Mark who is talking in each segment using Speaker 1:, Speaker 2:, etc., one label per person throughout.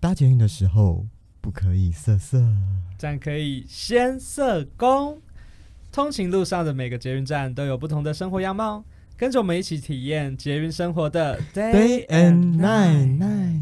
Speaker 1: 搭捷运的时候不可以色色。
Speaker 2: 站可以先社工。通勤路上的每个捷运站都有不同的生活样貌，跟着我们一起体验捷运生活的
Speaker 1: Day and night night night。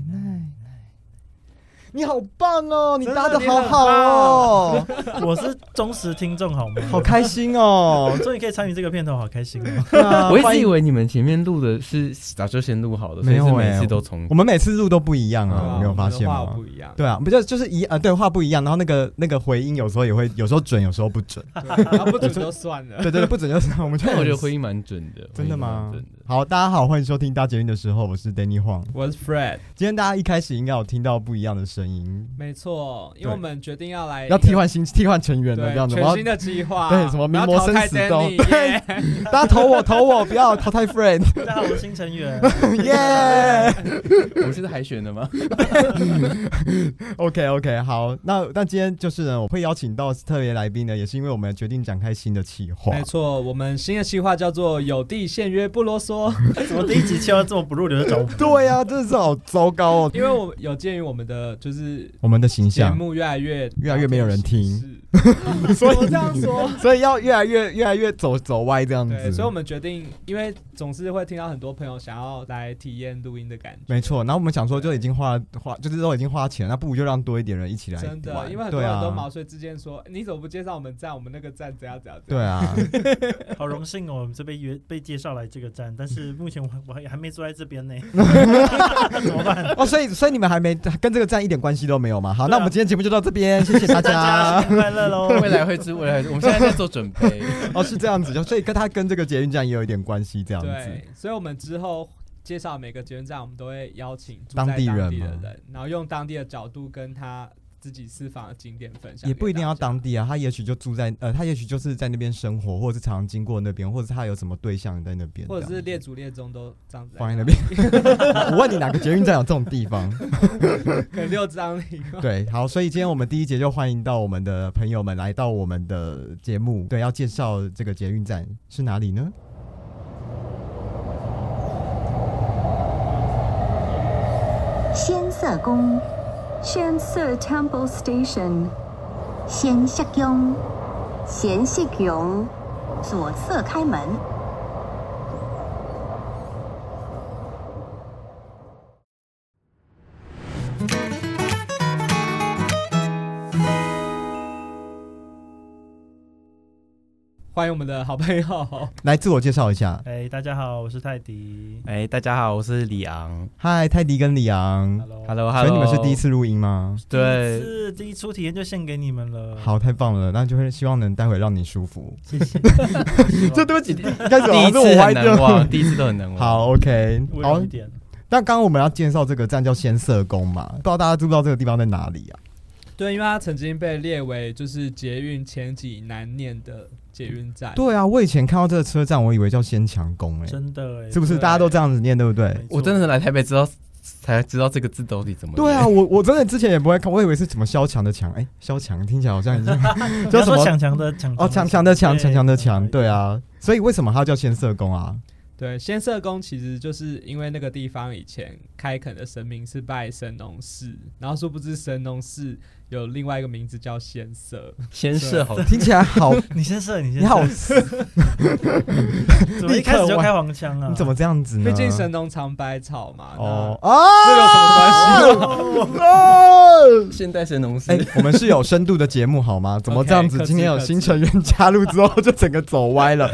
Speaker 1: 你好棒哦，你
Speaker 2: 真的
Speaker 1: 搭的好好哦，
Speaker 3: 我是忠实听众，好吗？
Speaker 1: 好开心哦
Speaker 3: 我。终于可以参与这个片头，好开心哦！
Speaker 1: 那
Speaker 4: 我一
Speaker 1: 啊欢
Speaker 4: 直以
Speaker 1: 迎
Speaker 4: 为你们前面录的是早就先录好的，所以
Speaker 1: 没
Speaker 4: 是
Speaker 1: 有
Speaker 4: 每
Speaker 1: 欸
Speaker 4: 次都重
Speaker 1: 我。们每次录都不一样
Speaker 2: 对啊
Speaker 1: 啊，你没有发现
Speaker 2: 我们的
Speaker 1: 吗
Speaker 2: 话不？一样，
Speaker 1: 对啊，不就就是一啊，对话不一样，然后那个那个回音有时候也会，有时候准，有时候不 准。
Speaker 2: 对啊然后不准就算了。
Speaker 1: 对对对，不准就是我们就
Speaker 4: 但我觉得
Speaker 1: 很
Speaker 4: 回音蛮准的，
Speaker 1: 真的吗
Speaker 4: 回音蛮准的？
Speaker 1: 好，大家好，欢迎收听搭捷运的时候，我是 Danny Huang。
Speaker 2: 我是 Fred，
Speaker 1: 今天大家一开始应该有听到不一样的声音，
Speaker 2: 没错，因为
Speaker 1: 对
Speaker 2: 我们决定要来
Speaker 1: 要替换新替换成员
Speaker 2: 哎对
Speaker 1: 了，这样子。我
Speaker 2: 全
Speaker 1: 要
Speaker 2: 新的计划，
Speaker 1: 对什么名模生死斗
Speaker 2: 我要淘汰 Danny，耶
Speaker 1: 大家投我投我，不要淘汰 friend，
Speaker 3: 大家好，我是新成员。
Speaker 1: 耶
Speaker 4: 我是海选的 吗？
Speaker 1: ！OK OK，好，那那今天就是呢，我会邀请到特别来宾呢，也是因为我们决定展开新的企划。
Speaker 2: 没错，我们新的计划叫做有地限约不啰嗦，
Speaker 3: 怎么第一集切到这么不入流的脚步？
Speaker 1: 对啊呀、真的是好糟糕哦，
Speaker 2: 因为我有鉴于我们的就是
Speaker 1: 我们的形
Speaker 2: 节
Speaker 1: 象，
Speaker 2: 目越来越
Speaker 1: 越来越没有人 听，
Speaker 2: 是
Speaker 1: 所以
Speaker 2: 我这样 说。
Speaker 1: 所以要越来越越来越走走歪这样
Speaker 2: 对，
Speaker 1: 子。
Speaker 2: 所以我们决定，因为总是会听到很多朋友想要来体验录音的感觉，
Speaker 1: 没错，然后我们想说就已经花花，就是都已经花钱了，那不如就让多一点人一起来
Speaker 2: 真的，
Speaker 1: 玩
Speaker 2: 因为很多
Speaker 1: 对
Speaker 2: 人都毛
Speaker 1: 啊，
Speaker 2: 遂自荐说，你怎么不介绍我们站，我们那个站怎样怎样怎
Speaker 1: 对
Speaker 2: 样？
Speaker 1: 啊，
Speaker 3: 好荣幸哦，我们这被约被介绍来这个站，但是目前我还我还还没坐在 这边呢，怎么办？
Speaker 1: 哦，所以所以你们还没跟这个站一点关系都没有嘛？好，
Speaker 3: 对
Speaker 1: 那
Speaker 3: 啊
Speaker 1: 我们今天节目就到这边，谢 谢大
Speaker 3: 大家
Speaker 1: 家。
Speaker 3: 新年快乐喽！
Speaker 4: 未来会知，未来会知我们现在在做准备。
Speaker 1: 哦，是这样子，就所以跟他跟这个捷运站也有一点关系，啊这样子。
Speaker 2: 对，所以我们之后介绍每个捷运站，我们都会邀请住在
Speaker 1: 当
Speaker 2: 当
Speaker 1: 地
Speaker 2: 地
Speaker 1: 人
Speaker 2: 的
Speaker 1: 吗
Speaker 2: 人，然后用当地的角度跟他自己私房的景点分享，
Speaker 1: 也不一定要当
Speaker 2: 当。
Speaker 1: 地啊，他也许就住在呃，他也许就是在那边生活，或者是常常经过那边，或者是他有什么对象在那边，
Speaker 2: 或者
Speaker 1: 这
Speaker 2: 是
Speaker 1: 样
Speaker 2: 列祖列宗都这样子
Speaker 1: 放在那边。 我问你哪个捷运站有这种地方？
Speaker 2: 可能六张里。
Speaker 1: 对，好，所以今天我们第一节就欢迎到我们的朋友们来到我们的节目，对，要介绍这个捷运站是哪里呢？
Speaker 5: 仙色宫 （Shanse Temple Station），仙色宫，仙色宫，左侧开门。
Speaker 2: 欢迎我们的好朋友，
Speaker 1: 来自我介绍一下，
Speaker 3: 哎，大家好，我是泰迪。
Speaker 4: 哎，大家好，我是李昂。
Speaker 1: 嗨，泰迪跟李昂，
Speaker 3: Hello，
Speaker 1: 所
Speaker 4: Hello，Hello，
Speaker 1: 以你们是第一？次录音吗？
Speaker 4: 对，
Speaker 3: 是第一初体验就献给你们了。，
Speaker 1: 好，太棒了，那就会希望能待会让你舒服。
Speaker 3: 谢谢。
Speaker 1: 这对不起，一开始
Speaker 4: 第
Speaker 1: 好
Speaker 4: 一
Speaker 1: 像是我
Speaker 4: 次
Speaker 1: 歪
Speaker 4: 很难
Speaker 1: 掉。
Speaker 4: 忘，第一次都很难忘。
Speaker 1: 好，OK，
Speaker 3: 温
Speaker 1: 好
Speaker 3: 柔一。点。
Speaker 1: 那刚刚我们要介绍这个站叫仙社宫嘛，不知道大家知不知道这个地方在哪里啊？
Speaker 2: 对，因为他曾经被列为就是捷运前几难念的捷运站。
Speaker 1: 对啊，我以前看到这个车站，我以为叫仙强宫哎，
Speaker 3: 真的哎，
Speaker 1: 是不是？
Speaker 2: 对
Speaker 1: 大家都这样子念，对不对？
Speaker 3: 没错
Speaker 4: 我真的是来台北知道才知道这个字到底怎么。
Speaker 1: 对啊，，我我真的之前也不会看，我以为是什么萧强的强，哎，萧强听起来好像已经
Speaker 3: 不
Speaker 1: 叫什
Speaker 3: 要说
Speaker 1: 么
Speaker 3: 强强的强
Speaker 1: 哦，强强的强，强强的强，对
Speaker 3: 啊。
Speaker 1: 啊，所以为什么它叫仙社宫啊？
Speaker 2: 对，仙社宫其实就是因为那个地方以前开垦的神明是拜神农氏，然后殊不知神农氏有另外一个名字叫仙社，
Speaker 1: 嗯
Speaker 4: 先设 好。
Speaker 1: 听起来好，
Speaker 3: 你先射，你先
Speaker 1: 你
Speaker 3: 射，
Speaker 1: 好，
Speaker 3: 怎么一开始就开黄腔啊？
Speaker 1: 你怎么这样子呢？
Speaker 2: 毕竟神农尝百草嘛。
Speaker 1: 哦
Speaker 2: 哦，
Speaker 1: 啊，
Speaker 2: 这有什么关 系？
Speaker 1: 哦
Speaker 4: 现代神农氏
Speaker 1: 哎、， 我们是有深度的节目好 吗？怎么
Speaker 2: OK，
Speaker 1: 这样子？
Speaker 2: 客气
Speaker 1: 今天有新成员 加入之后，就整个走歪了。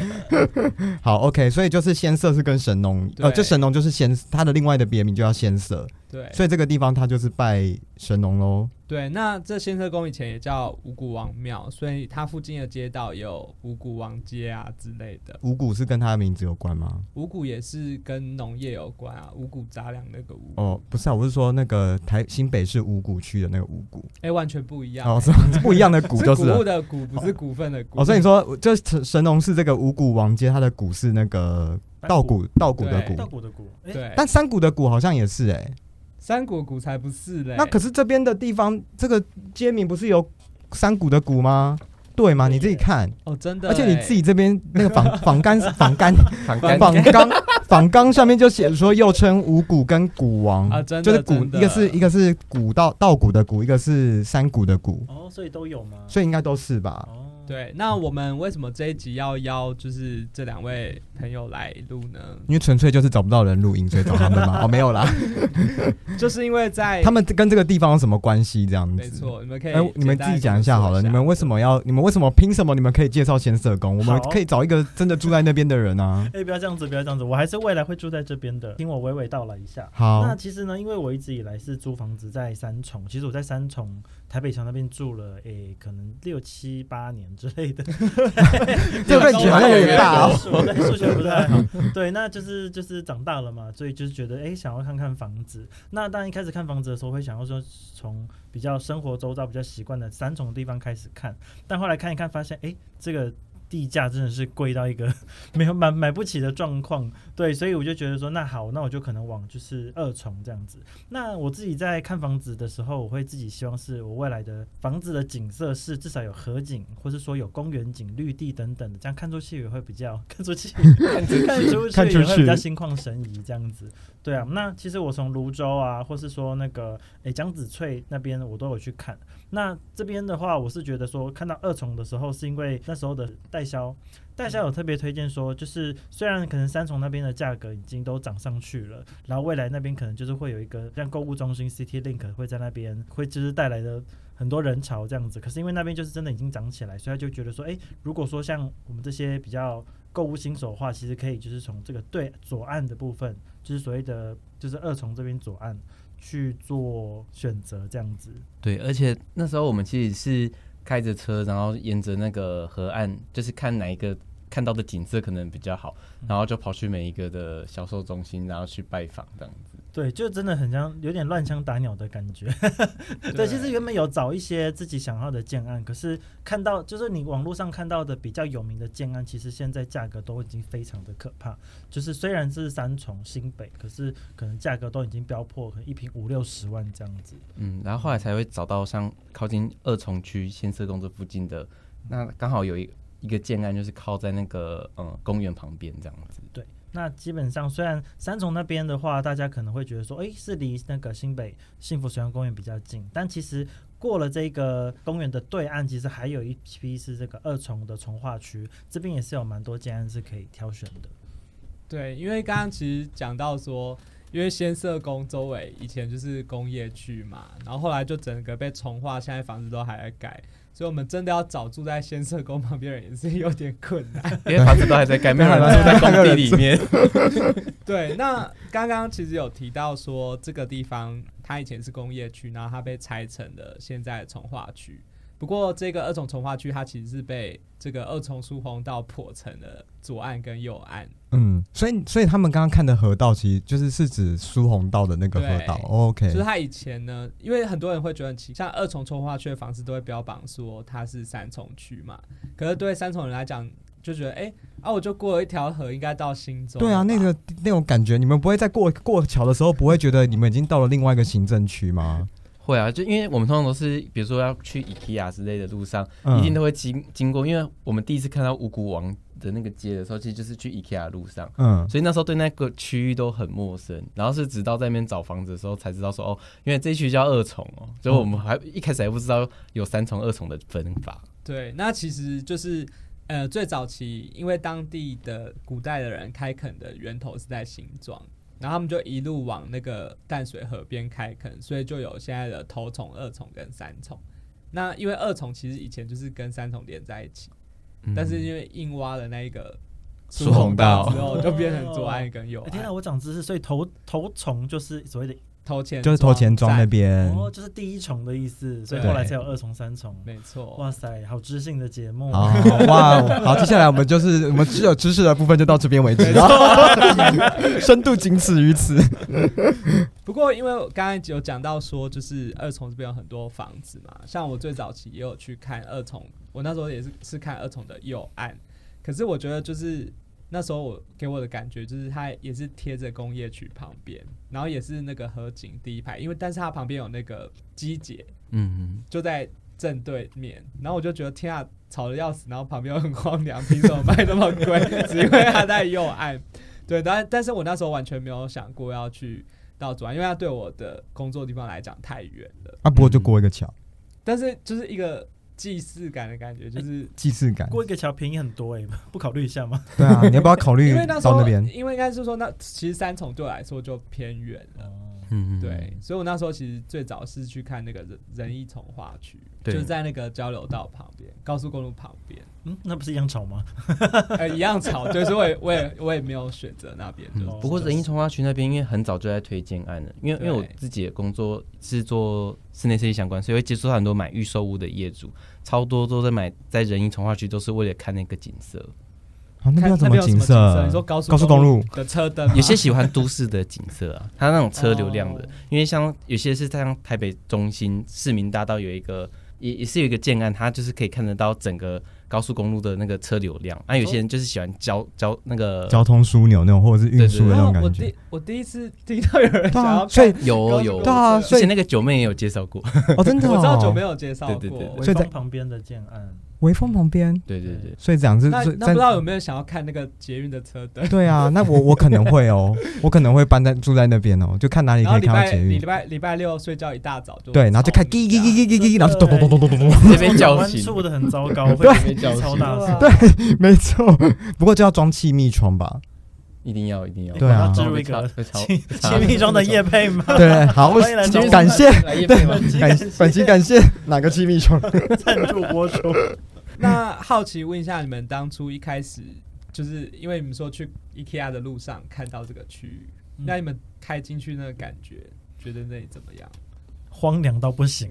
Speaker 1: 好，OK，所以就是仙色是跟神农，呃，
Speaker 2: 对
Speaker 1: 这神农就是仙，他的另外的别名就叫仙色，
Speaker 2: 对
Speaker 1: 所以这个地方他就是拜神农喽。
Speaker 2: 对，那这仙社宫以前也叫五谷王庙，所以它附近的街道也有五谷王街啊之类的。
Speaker 1: 五谷是跟他的名字有关吗？
Speaker 2: 五谷也是跟农业有关啊，五谷杂粮那个五，哎、
Speaker 1: 哦，不是啊，我是说那个台新北市五谷区的那个五谷，
Speaker 2: 哎完全不一样、
Speaker 1: 哦，
Speaker 2: 欸。
Speaker 1: 是是不一样的谷就是是
Speaker 2: 谷物
Speaker 1: 了。
Speaker 2: 的谷，不是股份的股。
Speaker 1: 哦，所以你说就是神农氏这个五谷王街，它的谷是那个稻谷稻谷的
Speaker 2: 对
Speaker 1: 谷，
Speaker 3: 稻谷的谷，哎，
Speaker 2: 对，
Speaker 1: 但山谷的谷好像也是哎、
Speaker 2: 三谷谷才不是嘞。
Speaker 1: 那可是这边的地方，这个街名不是有山谷的谷吗？对吗？
Speaker 3: 对耶
Speaker 1: 你自己看，
Speaker 2: 哦，真的欸，
Speaker 1: 而且你自己这边那个仿仿干仿干
Speaker 4: 反
Speaker 1: 仿
Speaker 4: 干
Speaker 1: 钢仿纲上面就写说又称五谷跟谷王
Speaker 2: 啊真的
Speaker 1: 就是谷
Speaker 2: 真的
Speaker 1: 一个是一个是谷稻稻谷的谷，一个是山谷的谷，
Speaker 3: 哦，所以都有吗？
Speaker 1: 所以应该都是吧？
Speaker 3: 哦，
Speaker 2: 对，那我们为什么这一集要邀就是这两位朋友来录呢？
Speaker 1: 因为纯粹就是找不到人录音，所以找他们 嘛。哦，没有啦，
Speaker 2: 就是因为在
Speaker 1: 他们跟这个地方有什么关系？这样子。
Speaker 2: 没。错，你们可以
Speaker 1: 哎、你们自
Speaker 2: 简单地
Speaker 1: 己讲一下好了。
Speaker 2: 跟
Speaker 1: 你
Speaker 2: 我说
Speaker 1: 们为什么要？你们为什么？凭什么？你们可以介绍先社工？我们
Speaker 3: 好
Speaker 1: 可以找一个真的住在那边的人啊。
Speaker 3: 哎、不要这样子，不要这样子，我还是未来会住在这边的，听我娓娓道来一下。那
Speaker 1: 好，
Speaker 3: 其实呢，因为我一直以来是租房子在三重，其实我在三重台北桥那边住了，诶、可能六七八年之类的。
Speaker 1: 这个感觉好像有点大哦。
Speaker 3: 我对数学不太好。 对，那就是就是长大了嘛，所以就是觉得哎、诶想要看看房子。那当然一开始看房子的时候，会想要说从比较生活周遭比较习惯的三重地方开始看，但后来看一看，发现哎、诶这个。地价真的是贵到一个 没有买买不起的状况，对，所以我就觉得说，那好，那我就可能往就是二重这样子。那我自己在看房子的时候，我会自己希望是我未来的房子的景色是至少有河景，或是说有公园景、绿地等等的，这样看出去也会比较看出去，看出去
Speaker 1: 看出
Speaker 3: 也会比较
Speaker 1: 去
Speaker 3: 心旷神怡这样子。对啊，那其实我从泸州啊，或是说那个诶江子翠那边，我都有去看。那这边的话，我是觉得说看到二重的时候，是因为那时候的代销，代销有特别推荐说，就是虽然可能三重那边的价格已经都涨上去了，然后未来那边可能就是会有一个像购物中心 City Link 会在那边会就是带来的。很多人潮这样子，可是因为那边就是真的已经涨起来，所以他就觉得说，诶，如果说像我们这些比较购物新手的话，其实可以就是从这个对左岸的部分，就是所谓的就是二重这边左岸去做选择这样子。
Speaker 4: 对，而且那时候我们其实是开着车，然后沿着那个河岸，就是看哪一个看到的景色可能比较好，然后就跑去每一个的销售中心，然后去拜访这样子。
Speaker 3: 对，就真的很像有点乱枪打鸟的感觉。
Speaker 2: 对
Speaker 3: 对，其实原本有找一些自己想要的建案，可是看到就是你网络上看到的比较有名的建案，其实现在价格都已经非常的可怕。就是虽然是三重新北，可是可能价格都已经飙破，可能一平五六十万这样子。
Speaker 4: 嗯，然后后来才会找到像靠近二重区先社公这附近的，那刚好有一一个建案，就是靠在那个嗯公园旁边这样子。
Speaker 3: 对，那基本上虽然三重那边的话，大家可能会觉得说，诶，是离那个新北幸福水上公园比较近，但其实过了这个公园的对岸，其实还有一批是这个二重的从化区，这边也是有蛮多建案是可以挑选的。
Speaker 2: 对，因为刚刚其实讲到说，因为先社工周围以前就是工业区嘛，然后后来就整个被重化，现在房子都还在改，所以我们真的要找住在先社工旁边的人也是有点困难。
Speaker 4: 因为房子都还在 盖，没有人住在工地里面。
Speaker 2: 对，那刚刚其实有提到说，这个地方它以前是工业区，然后它被拆成了现在的从化区。不过这个二重从化区它其实是被这个二重疏洪道破成了左岸跟右岸。
Speaker 1: 嗯，所以所以他们刚刚看的河道，其实就是是指苏红道的那个河道。
Speaker 2: 对
Speaker 1: OK，
Speaker 2: 就是它以前呢，因为很多人会觉得很奇，像二重从化区的房子都会标榜说它是三重区嘛，可是对三重人来讲就觉得，哎、啊，我就过了一条河，应该到新州了吧。
Speaker 1: 对啊，那个那种感觉，你们不会在过过桥的时候，不会觉得你们已经到了另外一个行政区吗？
Speaker 4: 会啊，就因为我们通常都是，比如说要去 IKEA 之类的路上，
Speaker 1: 嗯
Speaker 4: 一定都会经经过。因为我们第一次看到五谷王的那个街的时候，其实就是去 IKEA 的路上，
Speaker 1: 嗯，
Speaker 4: 所以那时候对那个区域都很陌生。然后是直到在那边找房子的时候，才知道说哦，因为这一区叫二重哦，所以我们还一开始还不知道有三重、二重的分法。
Speaker 2: 对，那其实就是呃，最早期因为当地的古代的人开垦的源头是在新庄，然后他们就一路往那个淡水河边开垦，所以就有现在的头重、二重跟三重。那因为二重其实以前就是跟三重连在一起，
Speaker 4: 嗯
Speaker 2: 但是因为硬挖了那一个
Speaker 4: 疏洪道
Speaker 2: 之后，就变成左岸跟右
Speaker 3: 哎天
Speaker 2: 岸
Speaker 3: 哪，，我长知识，所以头头重就是所谓的
Speaker 2: 头前
Speaker 1: 就是头前庄那
Speaker 2: 站，
Speaker 1: 边。
Speaker 3: 哦，就是第一重的意思，所以
Speaker 2: 对
Speaker 3: 后来才有二重、三重。
Speaker 2: 没错。
Speaker 3: 哇塞，好知性的节目。
Speaker 1: 好哇哦，好，接下来我们就是我们只有知识的部分就到这边为止， 深度仅此于此。
Speaker 2: 不过，因为我刚才有讲到说，就是二重这边有很多房子嘛，像我最早期也有去看二重，我那时候也是是看二重的右岸，可是我觉得就是那时候我给我的感觉就是它也是贴着工业区旁边，然后也是那个河景第一排，因为但是它旁边有那个机姐
Speaker 4: 嗯，
Speaker 2: 就在正对面，然后我就觉得天啊，吵得要死，然后旁边又很荒凉，凭什么卖那么贵？只因为它在右岸。对，但但是我那时候完全没有想过要去到左岸，因为它对我的工作地方来讲太远了。
Speaker 1: 啊，不过就过一个桥，
Speaker 2: 但是就是一个既视感的感觉，就是
Speaker 1: 既视感。
Speaker 3: 过一个桥便宜很多哎、不考虑一下吗？
Speaker 1: 对啊，你要不要考
Speaker 4: 哎
Speaker 1: 虑
Speaker 2: 因为那时
Speaker 1: 到
Speaker 2: 候
Speaker 1: 那边？
Speaker 2: 因为应该是说那其实三重对我来说就偏远了。
Speaker 4: 嗯，
Speaker 2: 对，所以我那时候其实最早是去看那个仁仁义从化区，就
Speaker 4: 对
Speaker 2: 是在那个交流道旁边、高速公路旁边，
Speaker 3: 嗯，那不是一样吵吗？
Speaker 2: 呃，一样吵，对，所以我也 我也我也没有选择那边，就是
Speaker 3: 哦
Speaker 4: 不过仁义从化区那边，因为很早就在推荐案了，因为因
Speaker 2: 对
Speaker 4: 为我自己的工作是做室内设计相关，所以会接触到很多买预售屋的业主，超多都在买在仁义从化区，都是为了看那个景色。
Speaker 1: 啊，那边
Speaker 2: 看
Speaker 1: 要怎
Speaker 2: 那边有
Speaker 1: 景
Speaker 2: 什么景色？你说高速
Speaker 1: 高速公路
Speaker 2: 的车灯吗，
Speaker 4: 有些喜欢都市的景色 啊，它那种车流量
Speaker 1: 哦
Speaker 4: 的，因为像有些是像台北中心市民大道有一个，也也是有一个建案，它就是可以看得到整个高速公路的那个车流量。那、有些人就是喜欢交交那个
Speaker 1: 哦交通枢纽那种，或者是运输的
Speaker 2: 然
Speaker 1: 那
Speaker 2: 后
Speaker 1: 种
Speaker 2: 我
Speaker 1: 感觉
Speaker 2: 第。我第一次听到有人
Speaker 1: 对
Speaker 2: 想要
Speaker 1: 啊，
Speaker 2: 看，
Speaker 1: 所以
Speaker 4: 有
Speaker 2: 高速
Speaker 4: 有
Speaker 2: 公，路
Speaker 1: 对啊
Speaker 2: 车
Speaker 1: 所
Speaker 4: 之
Speaker 1: 以
Speaker 4: 前那个九妹也有介 绍过，
Speaker 1: 哦，真的、哦，
Speaker 2: 我知道 久没有介绍过，
Speaker 4: 对对对对
Speaker 2: 我
Speaker 1: 所
Speaker 3: 潍
Speaker 1: 以在
Speaker 3: 坊旁边的建案，
Speaker 1: 微风旁边，
Speaker 4: 对对对。
Speaker 1: 所以这样子，
Speaker 2: 那
Speaker 1: 所以
Speaker 2: 那
Speaker 1: 在
Speaker 2: 不知道有没有想要看那个捷运的车灯？
Speaker 1: 对啊，那我我可能会哦，我可能会搬在住在那边哦，就看哪里
Speaker 2: 然
Speaker 1: 可
Speaker 2: 后
Speaker 1: 以
Speaker 2: 礼
Speaker 1: 看到
Speaker 2: 拜
Speaker 1: 捷
Speaker 2: 礼
Speaker 1: 运，
Speaker 2: 拜哦礼拜六睡觉一大早就
Speaker 1: 对，然后就看
Speaker 2: 滴
Speaker 1: 滴滴滴滴滴滴，然后就咚咚咚咚咚咚 咚，
Speaker 4: 这边叫
Speaker 3: 弯
Speaker 4: 醒，
Speaker 3: 处的很糟糕，
Speaker 4: 对啊
Speaker 3: 会超大声。
Speaker 2: 对，啊
Speaker 1: 没错。不过就要装气密窗吧？
Speaker 4: 一定要一定要，
Speaker 1: 对啊
Speaker 3: 植入一个
Speaker 4: 会吵
Speaker 3: 亲亲密中的夜配吗？
Speaker 1: 对，好
Speaker 3: 欢迎来，找我们
Speaker 1: 感 谢
Speaker 4: 来夜配吗？
Speaker 1: 感本期感谢哪个气密窗？
Speaker 3: 赞助播 出。
Speaker 2: 那好奇问一下，你们当初一开始就是因为你们说去 IKEA 的路上看到这个区域，
Speaker 3: 嗯
Speaker 2: 那你们开进去那个感觉，觉得那里怎么样？
Speaker 3: 荒凉到不 行，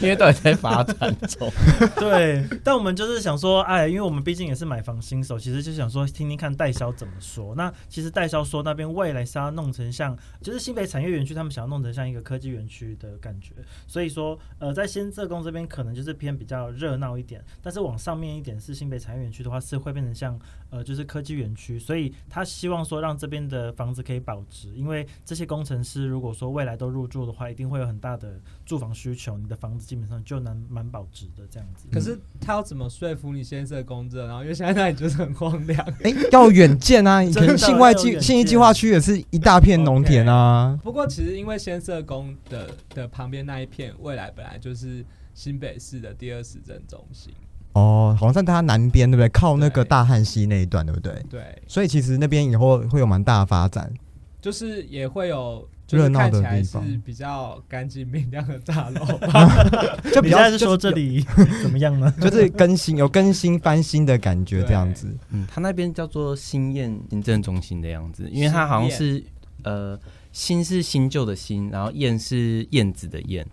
Speaker 4: 因为到底在发展中，
Speaker 3: 对。但我们就是想说，哎，因为我们毕竟也是买房新手，其实就想说听听看代销怎么说。那其实代销说那边未来是要弄成像，就是新北产业园区，他们想要弄成像一个科技园区的感觉。所以说，呃，在先社工这边可能就是偏比较热闹一点，但是往上面一点是新北产业园区的话，是会变成像呃就是科技园区，所以他希望说让这边的房子可以保值，因为这些工程师如果说未来都入住的话，一定会有很大的住房需求，你的房子基本上就能蛮保值的这样子。
Speaker 2: 可是他要怎么说服你先生的工作？然后因为现在那里就是很荒凉。
Speaker 1: 哎，要远见啊！以
Speaker 3: 真的
Speaker 1: 前信外
Speaker 3: 要
Speaker 1: 计
Speaker 3: 远见
Speaker 1: 信义计划区也是一大片农田啊。
Speaker 2: 不过其实因为先社工的的旁边那一片，未来本来就是新北市的第二市政中心，
Speaker 1: 哦，好像在它南边对不对？靠那个
Speaker 2: 对
Speaker 1: 大汉溪那一段对不对？
Speaker 2: 对，
Speaker 1: 所以其实那边以后会有蛮大的发展。
Speaker 2: 就是也会有。就是
Speaker 1: 热闹
Speaker 2: 看
Speaker 1: 的
Speaker 2: 起来
Speaker 1: 地
Speaker 2: 是
Speaker 1: 方
Speaker 2: 比较干净明亮的大楼吧，
Speaker 1: 就比
Speaker 3: 你现
Speaker 1: 较
Speaker 3: 在是说这里 怎么样呢？
Speaker 1: 就是更新有更新翻新的感觉这样子。
Speaker 4: 嗯，他那边叫做新燕行政中心的样子，因为它好像是呃新是新旧的新，然后燕是燕子的燕，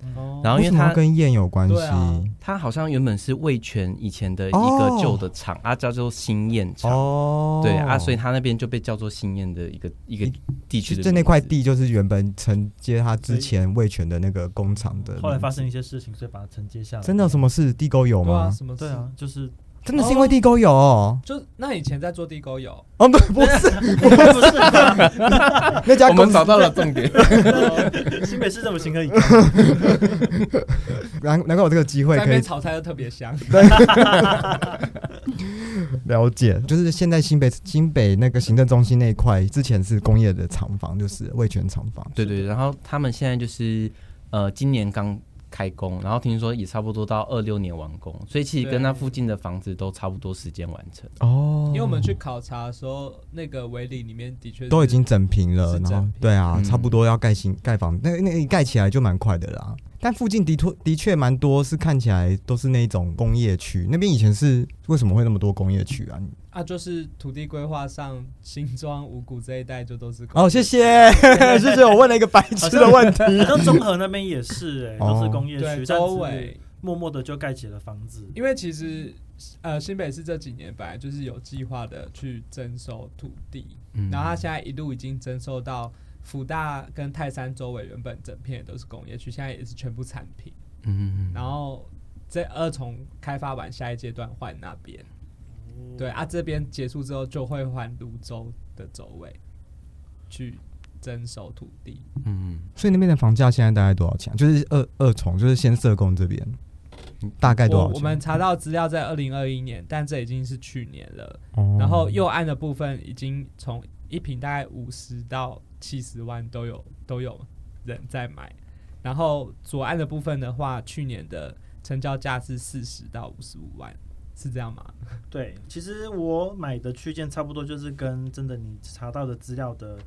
Speaker 4: 然
Speaker 1: 哦
Speaker 4: 后因
Speaker 1: 为
Speaker 4: 为
Speaker 1: 什么
Speaker 4: 它
Speaker 1: 要跟燕有关系？
Speaker 2: 对啊
Speaker 4: 它好像原本是味全以前的一
Speaker 1: 哦
Speaker 4: 个旧的厂，它叫做新燕厂，
Speaker 1: 哦，
Speaker 4: 对啊，所以它那边就被叫做新燕的一个一个地区
Speaker 1: 就
Speaker 4: 的
Speaker 1: 就那块
Speaker 4: 名字。
Speaker 1: 地就是原本承接他之前味全的那个工厂的。
Speaker 3: 后来发生一些事情，所以把它承接下来。
Speaker 1: 真的有什
Speaker 3: 么？
Speaker 1: 么事？地沟油
Speaker 2: 呃对啊，
Speaker 1: 吗？
Speaker 2: 什么
Speaker 3: 对啊，就是
Speaker 1: 真的是因为地沟油哦？
Speaker 2: 就那以前在做地沟油，
Speaker 1: 哦，不不 是
Speaker 3: 不是吧
Speaker 1: 那家
Speaker 4: 我
Speaker 1: 公
Speaker 4: 们
Speaker 1: 司
Speaker 4: 找，到了 重点，
Speaker 3: 新北市政府情何以堪？
Speaker 1: 难难怪我这个机会
Speaker 2: 在那
Speaker 1: 可以
Speaker 2: 边炒菜都特别香。
Speaker 1: 了解。就是现在新北新北那个行政中心那一块，之前是工业的厂房，就是味全厂房。
Speaker 4: 对对，然后他们现在就是呃，今年刚开工，然后听说也差不多到二六年完工，所以其实跟那附近的房子都差不多时间完成。
Speaker 1: 哦，
Speaker 2: 因为我们去考察的时候，那个围里里面的确是
Speaker 1: 都已经整平了
Speaker 2: 是，整
Speaker 1: 然后
Speaker 2: 平
Speaker 1: 对啊，
Speaker 4: 嗯
Speaker 1: 差不多要盖新盖房，那那一盖起来就蛮快的啦。但附近的确的确蛮多是看起来都是那种工业区，那边以前是为什么会那么多工业区啊？
Speaker 2: 啊，就是土地规划上新庄、五谷这一带就都是工
Speaker 1: 哦，谢谢 谢谢，我问了一个白痴的问题。
Speaker 3: 好像中和那边也是哎、都
Speaker 1: 哦
Speaker 3: 是工业
Speaker 2: 对
Speaker 3: 区，
Speaker 2: 周
Speaker 3: 但只是
Speaker 2: 围，
Speaker 3: 默默的就盖起了房子。
Speaker 2: 因为其实呃新北市这几年本来就是有计划的去征收土地，
Speaker 4: 嗯
Speaker 2: 然后它现在一路已经征收到福大跟泰山周围原本整片都是工业区，现在也是全部产品，
Speaker 4: 嗯，
Speaker 2: 然后在二重开发完下一阶段换那边。对啊，这边结束之后就会换泸州的周围去征收土地。
Speaker 4: 嗯，
Speaker 1: 所以那边的房价现在大概多少钱啊？就是二二重，就是先社工这边大概多
Speaker 2: 我
Speaker 1: 少
Speaker 2: 我
Speaker 1: 钱？
Speaker 2: 们查到资料在二零二一年，但这已经是去年了。
Speaker 1: 哦
Speaker 2: 然后右岸的部分已经从一瓶大概五十到七十万都有都有人在买，然后左岸的部分的话，去年的成交价是四十到五十五万，是这样吗？
Speaker 3: 对，其实我买的区间差不多就是跟真的你查到的资料的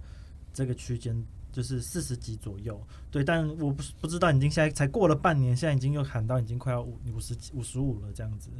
Speaker 3: 这个区间。就是四十几左右，对，但我不是不知道，已经现在才过了半年，现在已经又喊到已经快要五五十五十五了，这样子，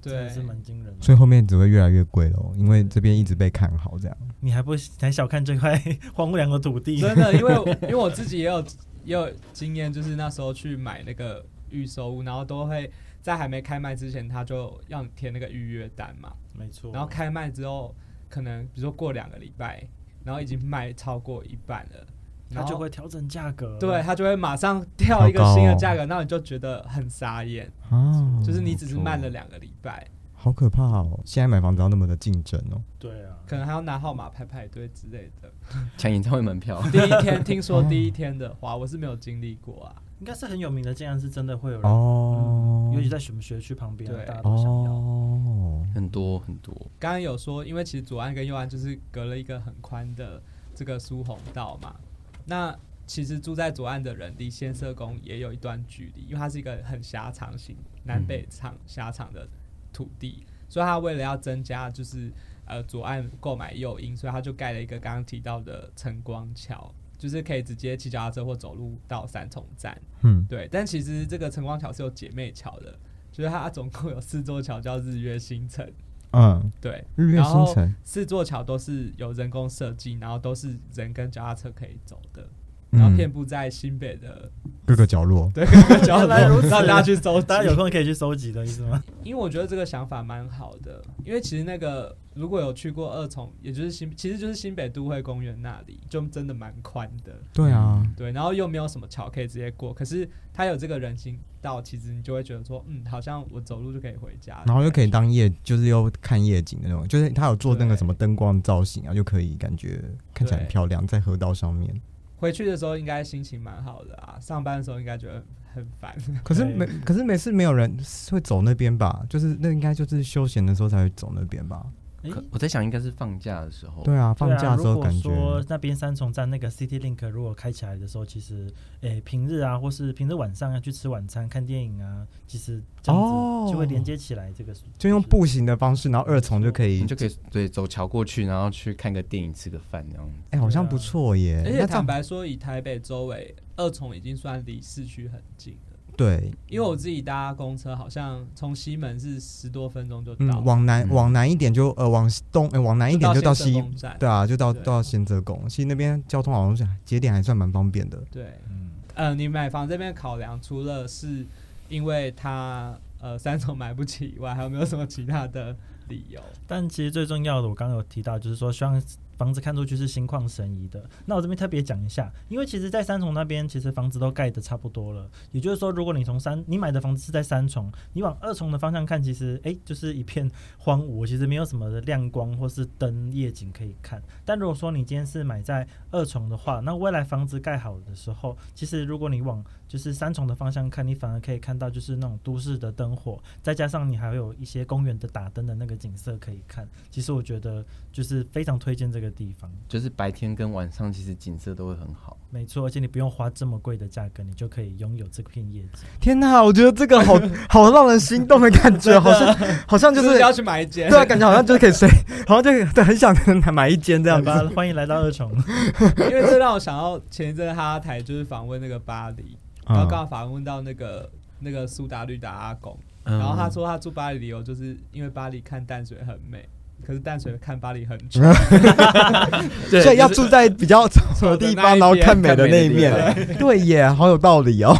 Speaker 3: 真
Speaker 2: 对
Speaker 3: 的，是蛮惊人的。
Speaker 1: 所以后面只会越来越贵喽，因为这边一直被看好这样。
Speaker 3: 你还不 还小看这块荒凉的土地，
Speaker 2: 真的，因为因为我自己也有也有经验，就是那时候去买那个预售屋，然后都会在还没开卖之前，他就要你填那个预约单嘛，
Speaker 3: 没错。
Speaker 2: 然后开卖之后，可能比如说过两个礼拜，然后已经卖超过一半了，
Speaker 3: 它
Speaker 2: 然
Speaker 3: 就
Speaker 2: 后
Speaker 3: 会调整价格，
Speaker 2: 对，它就会马上跳一个
Speaker 1: 好高哦
Speaker 2: 新的价格，那、你就觉得很傻眼，
Speaker 1: 啊，
Speaker 2: 就是你只是慢了两个礼拜，
Speaker 1: 好可怕哦！现在买房子要那么的竞争哦，
Speaker 3: 对啊，
Speaker 2: 可能还要拿号码排排队之类的。
Speaker 4: 抢演唱会门票。
Speaker 2: 第一天听
Speaker 1: 哦
Speaker 2: 说第一天的话，我是没有经历过啊。
Speaker 3: 应该是很有名的，竟然是真的会有
Speaker 2: 嗯
Speaker 3: 人，
Speaker 1: 哦，
Speaker 3: 尤其在什么学区旁边啊，
Speaker 2: 对
Speaker 3: 大家都想要。
Speaker 1: 哦，
Speaker 4: 很多很多，
Speaker 2: 刚刚有说，因为其实左岸跟右岸就是隔了一个很宽的这个苏红道嘛。那其实住在左岸的人离仙社宫也有一段距离，因为它是一个很狭长型南北长狭长的土地，所以它为了要增加就是呃左岸购买诱因，所以它就盖了一个刚刚提到的晨光桥，就是可以直接骑脚踏车或走路到三重站。
Speaker 1: 嗯，
Speaker 2: 对，但其实这个晨光桥是有姐妹桥的，就是它总共有四座桥叫日月星辰。
Speaker 1: 嗯，
Speaker 2: 对，
Speaker 1: 日月
Speaker 2: 然后
Speaker 1: 星辰，
Speaker 2: 四座桥都是有人工设计，然后都是人跟脚踏车可以走的，然后
Speaker 1: 嗯，
Speaker 2: 遍布在新 北的
Speaker 1: 各个角落，
Speaker 2: 对各个角落，
Speaker 3: 原来如此
Speaker 2: 让大家去搜集。
Speaker 3: 大家有空可以去收集的意思吗？
Speaker 2: 因为我觉得这个想法蛮好的，因为其实那个如果有去过二重，也就是新，其实就是新北都会公园那里，就真的蛮宽的，
Speaker 1: 对啊，
Speaker 2: 对，然后又没有什么桥可以直接过，可是它有这个人行道，其实你就会觉得说，嗯，好像我走路就可以回家，
Speaker 1: 然后又可以
Speaker 2: 到。
Speaker 1: 当夜，就是又看夜景的那种，就是他有做那个什么灯光造型啊，就可以感觉看起来很漂亮，在河道上面。
Speaker 2: 回去的时候应该心情蛮好的啊，上班的时候应该觉得很很烦。
Speaker 1: 可是
Speaker 3: 对
Speaker 1: 每可是每次没有人会走那边吧？就是那应该就是休闲的时候才会走那边吧？
Speaker 3: 诶
Speaker 4: 可我在想应该是放假的时
Speaker 2: 哦
Speaker 4: 候，
Speaker 1: 对啊，放
Speaker 3: 对
Speaker 1: 假的时候感
Speaker 3: 啊、如果
Speaker 1: 觉
Speaker 3: 说那边三重站那个 City Link 如果开起来的时候，其实诶、平日啊，或是平日晚上要去吃晚餐、看电影啊，其实这样
Speaker 1: 哦
Speaker 3: 子就会连接起来。这个是、
Speaker 1: 就用步行的方式，然后二重就可以
Speaker 2: 嗯
Speaker 4: 你就可以对走桥过去，然后去看个电影、吃个饭这样子。
Speaker 1: 哎、好像
Speaker 3: 啊
Speaker 1: 不错耶。
Speaker 2: 而
Speaker 1: 那
Speaker 2: 且
Speaker 1: 这样
Speaker 2: 坦白说，以台北周围，二重已经算离市区很近了。
Speaker 1: 对，
Speaker 2: 因为我自己搭公车，好像从西门是十多分钟就到，
Speaker 1: 嗯，往南、
Speaker 4: 嗯
Speaker 1: 往南一点就呃往东、呃往南一点就到
Speaker 2: 仙社
Speaker 1: 西，
Speaker 2: 宫站。
Speaker 1: 对啊，就到
Speaker 2: 对
Speaker 1: 到仙泽宫。其实那边交通好像是节点还算蛮方便的。
Speaker 2: 对，
Speaker 3: 嗯，
Speaker 2: 呃，你买房这边考量，除了是因为它呃三重买不起以外，还有没有什么其他的理由？
Speaker 3: 但其实最重要的，我刚刚有提到，就是说希望房子看出去是心旷神怡的。那我这边特别讲一下，因为其实，在三重那边，其实房子都盖的差不多了。也就是说，如果你从三你买的房子是在三重，你往二重的方向看，其实哎，就是一片荒芜，其实没有什么的亮光或是灯夜景可以看。但如果说你今天是买在二重的话，那未来房子盖好的时候，其实如果你往就是三重的方向看，你反而可以看到就是那种都市的灯火，再加上你还有一些公园的打灯的那个景色可以看。其实我觉得就是非常推荐这个地方，
Speaker 4: 就是白天跟晚上其实景色都会很好。
Speaker 3: 没错，而且你不用花这么贵的价格，你就可以拥有这片夜景。
Speaker 1: 天哪，我觉得这个 好好让人心动的感觉，好像好像就是
Speaker 2: 不要去买一间，
Speaker 1: 对啊，感觉好像就是可以随，好像就对很想买一间这
Speaker 3: 好
Speaker 1: 样
Speaker 3: 吧
Speaker 1: 子。，
Speaker 3: 欢迎来到二重。
Speaker 2: 因为这让我想到前一阵哈台就是访问那个巴黎，
Speaker 1: 嗯
Speaker 2: 然后刚好访问到那个那个苏打绿的阿公。
Speaker 4: 嗯
Speaker 3: 嗯
Speaker 2: 然后他说他住巴黎理由就是因为巴黎看淡水很美，可是淡水看巴黎很丑。
Speaker 4: 对
Speaker 1: 所以要住在比较丑的地方，然后看美的那一面
Speaker 4: 看。
Speaker 1: 对耶，好有道理哦。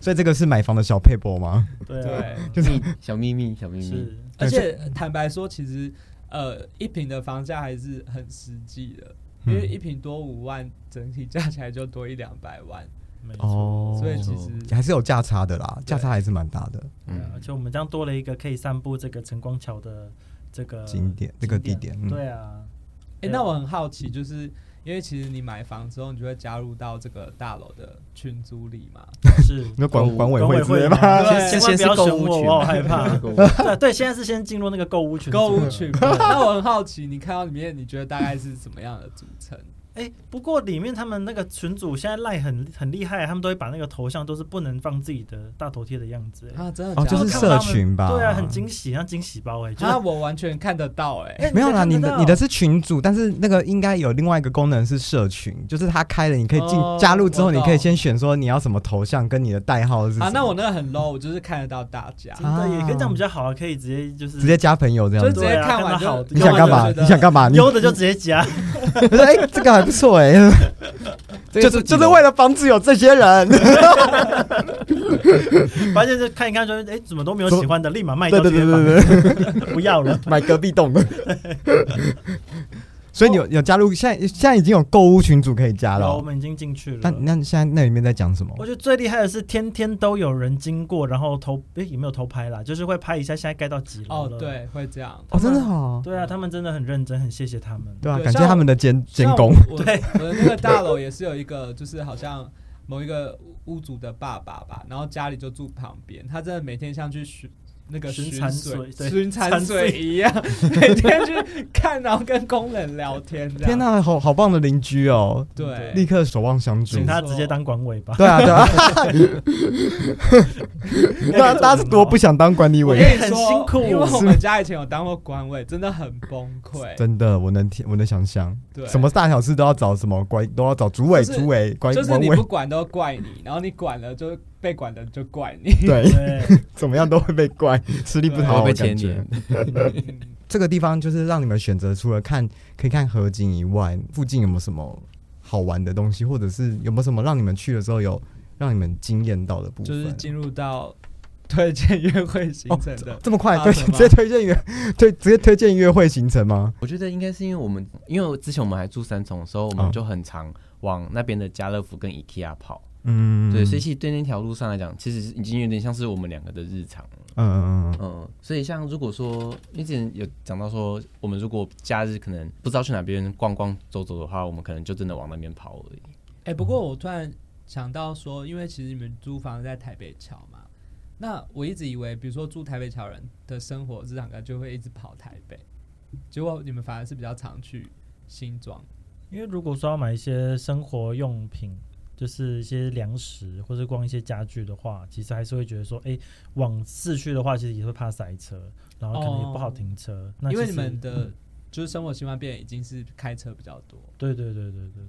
Speaker 1: 所以这个是买房的小配博吗？
Speaker 3: 对啊，
Speaker 2: 对，
Speaker 4: 就是小秘密，小秘密。
Speaker 3: 是
Speaker 2: 而且坦白说，其实呃一平的房价还是很实际的，因为一平多五万，整体加起来就多一两百万，
Speaker 3: 没错。
Speaker 1: 哦，
Speaker 2: 所以其实
Speaker 1: 还是有价差的啦，价差还是蛮大的。
Speaker 3: 对啊，而且我们这样多了一个可以散步这个晨光桥的这个
Speaker 1: 景点这个地点嗯
Speaker 3: 对啊，
Speaker 2: 哎、那我很好奇，就是因为其实你买房之后，你就会加入到这个大楼的群组里嘛。
Speaker 3: 是
Speaker 1: 那管
Speaker 4: 购物
Speaker 1: 管委
Speaker 3: 管
Speaker 1: 会
Speaker 3: 委
Speaker 1: 之类
Speaker 3: 会
Speaker 1: 吗？
Speaker 3: 嘛，
Speaker 2: 对
Speaker 3: 啊
Speaker 2: 先
Speaker 3: 千万
Speaker 4: 先
Speaker 3: 不
Speaker 4: 是
Speaker 3: 要
Speaker 4: 购
Speaker 3: 选
Speaker 4: 物
Speaker 3: 我，
Speaker 4: 群
Speaker 3: 我好害 怕。
Speaker 4: 购物
Speaker 3: 对对，现在是先进入那个购物群组，
Speaker 2: 购物群，那我很好奇，你看到里面，你觉得大概是怎么样的组成？
Speaker 3: 哎、不过里面他们那个群主现在赖很很厉害，他们都会把那个头像都是不能放自己的大头贴的样子、哎
Speaker 2: 啊，真的
Speaker 1: 哦，
Speaker 2: 假
Speaker 1: 就
Speaker 2: 的
Speaker 1: 是社群吧？
Speaker 3: 对啊，很惊喜，像惊喜包哎、就是、
Speaker 2: 啊，我完全看得到哎、
Speaker 3: 哎
Speaker 1: 没有啦，你
Speaker 3: 你没看
Speaker 1: 的
Speaker 3: 到
Speaker 1: 你的是群主，但是那个应该有另外一个功能是社群，就是它开了，你可以进、
Speaker 2: 哦
Speaker 1: 加入之后，
Speaker 2: 我
Speaker 1: 你
Speaker 2: 懂
Speaker 1: 可以先选说你要什么头像跟你的代号是什么
Speaker 2: 啊，那我那个很 low，我就是看得到大家，
Speaker 3: 真的也
Speaker 1: 啊
Speaker 3: 可以这样比较好啊，可以直接就是
Speaker 1: 直接加朋友这样
Speaker 2: 就是
Speaker 1: 子
Speaker 2: 直。
Speaker 3: 对
Speaker 2: 接
Speaker 3: 啊
Speaker 2: 完
Speaker 3: 看到好
Speaker 2: 就
Speaker 1: 你想干嘛？你想干嘛？你
Speaker 3: 有的就直接 加，
Speaker 1: 可是哎、这个还不错哎、就是就是为
Speaker 4: 了
Speaker 1: 了防止有这些人，
Speaker 3: 发现就看一看说，哎、怎么都没有
Speaker 1: 怎么
Speaker 3: 喜欢的，立马卖掉
Speaker 1: 对
Speaker 3: 这
Speaker 1: 对
Speaker 3: 间
Speaker 1: 对
Speaker 3: 房，
Speaker 1: 对对，
Speaker 3: 不要 了。
Speaker 1: 买隔壁栋的。所以你有有加入，现在现在已经有购物群组可以加了
Speaker 3: 有我
Speaker 1: 哦。
Speaker 3: 们已经进去
Speaker 1: 那
Speaker 3: 了。
Speaker 1: 那现在那里面在讲什么？
Speaker 3: 我觉得最厉害的是，天天都有人经过，然后偷，哎、也没有偷拍啦，就是会拍一下现在该到几楼
Speaker 2: 哦
Speaker 3: 了。，，
Speaker 2: 对，会这样。
Speaker 1: 哦，真的哦，
Speaker 3: 对啊，他们真的很认真，很谢谢他们。
Speaker 1: 对啊，
Speaker 2: 对
Speaker 1: 感谢
Speaker 2: 像
Speaker 1: 他们的监监
Speaker 2: 像
Speaker 1: 工。
Speaker 2: 我。对，我的那个大楼也是有一个，就是好像某一个屋主的爸爸吧，然后家里就住旁边，他真的每天像去巡。那个
Speaker 3: 巡
Speaker 2: 巡
Speaker 3: 残
Speaker 2: 水、
Speaker 3: 水对
Speaker 2: 巡
Speaker 3: 残
Speaker 2: 残
Speaker 3: 水
Speaker 2: 水一 样，每天去看，然后跟工人聊天。这样
Speaker 1: 天哪、好好棒的邻居哦，
Speaker 2: 啊对，
Speaker 1: 立刻守望相助
Speaker 3: 请。他
Speaker 2: 没错
Speaker 3: 直接当管委 吧。
Speaker 1: 对啊，对 啊，那大家是多不想当管理
Speaker 2: 我
Speaker 1: 委员，
Speaker 2: 跟你
Speaker 3: 很
Speaker 2: 说
Speaker 3: 辛苦
Speaker 2: 因为我
Speaker 1: 是
Speaker 2: 们家以前有当过官位，真的很崩溃。
Speaker 1: 真的，我能听，我能想象，
Speaker 2: 对，
Speaker 1: 什么大小事都要找什么管，都要找主委、
Speaker 2: 就是
Speaker 1: 主委、管
Speaker 2: 就是
Speaker 1: 管
Speaker 2: 你
Speaker 1: 委
Speaker 2: 不，管都怪你，然后你管了就被管的就怪你。
Speaker 1: 对，
Speaker 3: 对，
Speaker 1: 怎么样都会被怪，吃力不讨好。
Speaker 4: 会
Speaker 1: 我
Speaker 4: 被
Speaker 1: 感
Speaker 4: 牵
Speaker 1: 觉
Speaker 4: 连。
Speaker 2: 嗯
Speaker 1: 这个地方就是让你们选择，除了看可以看河景以外，附近有没有什么好玩的东西，或者是有没有什么让你们去的时候有让你们惊艳到的部分？
Speaker 2: 就是进入到推荐约会行程的
Speaker 1: 哦，这么快
Speaker 2: 啊
Speaker 1: 对，
Speaker 2: 什么
Speaker 1: 直接推荐约，对，直接推荐约会行程吗？
Speaker 4: 我觉得应该是因为我们，因为之前我们还住三重的时候，我
Speaker 1: 嗯
Speaker 4: 们就很常往那边的家乐福跟 IKEA 跑。
Speaker 1: 嗯，
Speaker 4: 对，所以其实对那条路上来讲，其实已经有点像是我们两个的日常了。
Speaker 1: 嗯嗯嗯
Speaker 4: 嗯，所以像如果说，因为之前有讲到说，我们如果假日可能不知道去哪边逛逛走走的话，我们可能就真的往那边跑而已。
Speaker 2: 哎、不过我突然想到说，因为其实你们租房在台北桥嘛，那我一直以为，比如说住台北桥人的生活日常感就会一直跑台北，结果你们反而是比较常去新庄。
Speaker 3: 因为如果说要买一些生活用品，就是一些粮食或者逛一些家具的话，其实还是会觉得说，哎，往市区的话，其实也会怕塞车，然后可能也不好停车。那
Speaker 2: 因为
Speaker 3: 其
Speaker 2: 你
Speaker 3: 实
Speaker 2: 们的、就是生活习惯变已经是开车比较多，
Speaker 3: 对对对对对，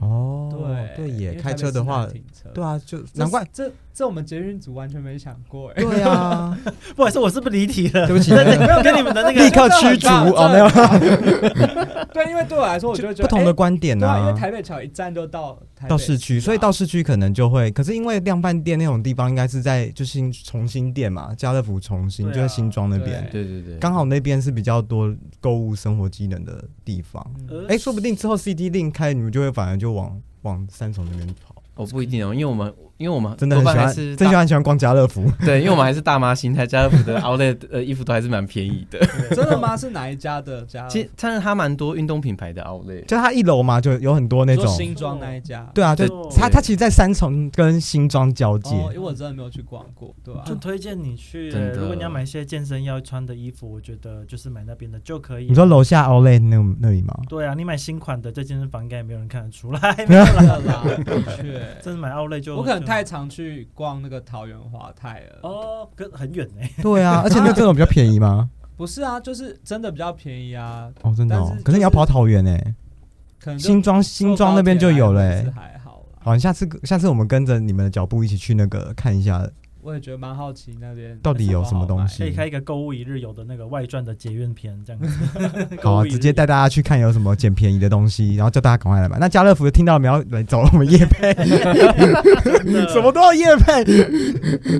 Speaker 1: 嗯，哦，
Speaker 2: 对
Speaker 1: 对
Speaker 2: 因
Speaker 1: 也
Speaker 2: 为
Speaker 1: 开
Speaker 2: 台北
Speaker 1: 车的
Speaker 2: 市
Speaker 1: 话
Speaker 2: 难，停车
Speaker 1: 对啊，就
Speaker 2: 这
Speaker 1: 难怪，
Speaker 2: 这这我们捷运组完全没想过 哎、
Speaker 1: 对啊，
Speaker 3: 不好意思，我是不是离题了？
Speaker 1: 对不起
Speaker 3: 跟你跟你们的那
Speaker 1: 立
Speaker 3: 个
Speaker 1: 刻驱逐
Speaker 2: 这很
Speaker 1: 哦，
Speaker 2: 棒
Speaker 1: 没有，
Speaker 2: 对，因为对我来说，我就会
Speaker 1: 不
Speaker 2: 觉得
Speaker 1: 同的
Speaker 2: 哎
Speaker 1: 观点
Speaker 2: 对啊，因为
Speaker 1: 啊。
Speaker 2: 台北桥一站就到台北
Speaker 1: 到市区，所以到
Speaker 2: 啊
Speaker 1: 市区可能就会，可是因为量贩店那种地方，应该是在就新重新店嘛，家乐福重新、
Speaker 3: 对啊
Speaker 1: 就在新庄那边，
Speaker 2: 对
Speaker 4: 对对对，
Speaker 1: 刚好那边是比较多购物生活机能的地方。
Speaker 3: 呃
Speaker 2: 嗯
Speaker 1: 哎、说不定之后 CD 令开，你们就会反而就往往三重那边跑，
Speaker 4: 我不一定哦，因为我们因为我们
Speaker 1: 真的
Speaker 4: 多
Speaker 1: 很喜
Speaker 4: 半还
Speaker 1: 欢，
Speaker 4: 是
Speaker 1: 真喜欢喜欢逛家乐 福。
Speaker 4: 大对，因为我们还是大妈心态，家乐福的 outlet 呃衣服都还是蛮便宜的。
Speaker 2: 真的吗？是哪一家的家？
Speaker 4: 其实但是它蛮多运动品牌 的 outlet，
Speaker 1: 就它一楼嘛，就有很多那
Speaker 2: 你说
Speaker 1: 种，
Speaker 2: 新庄那一家。
Speaker 1: 对啊，就
Speaker 3: 对
Speaker 1: 它它其实，在三重跟新庄交界，
Speaker 2: 哦，因为我真的没有去逛过，对吧、
Speaker 3: 就推荐你去，
Speaker 4: 真的
Speaker 3: 如果你要买一些健身要穿的衣服，我觉得就是买那边的就可以。
Speaker 1: 你说楼下 Olay 那那里吗？
Speaker 3: 对啊，你买新款的在健身房应该也没有人看得出来，
Speaker 2: 真的啦，的 确，
Speaker 3: 真的买 Outlet 就
Speaker 2: 我可能
Speaker 3: 就
Speaker 2: 太常去逛那个桃园华泰了。哦，
Speaker 3: 哦，可很远哎、
Speaker 1: 对 啊，而且那这种比较便宜吗？
Speaker 2: 不是啊，就是真的比较便宜啊，
Speaker 1: 哦，真的、哦
Speaker 2: 但是
Speaker 1: 可是你要跑桃园哎、
Speaker 2: 可能就
Speaker 1: 新庄新庄那边就有了、
Speaker 2: 是
Speaker 1: 欸。
Speaker 2: 啊还好啦。
Speaker 1: 好，下次下次我们跟着你们的脚步一起去那个看一下，
Speaker 2: 我也觉得蛮好奇那边
Speaker 1: 到底有什么
Speaker 2: 好买
Speaker 1: 东西
Speaker 3: 可以开一个购物一日游的那个外传的捷运篇这样子。
Speaker 1: 好、
Speaker 3: 购物
Speaker 1: 啊，
Speaker 3: 一日游
Speaker 1: 直接带大家去看有什么捡便宜的东西，然后叫大家赶快来买。那家乐福听到没有？来找我们叶配，
Speaker 3: 嗯
Speaker 1: 什么都要叶配，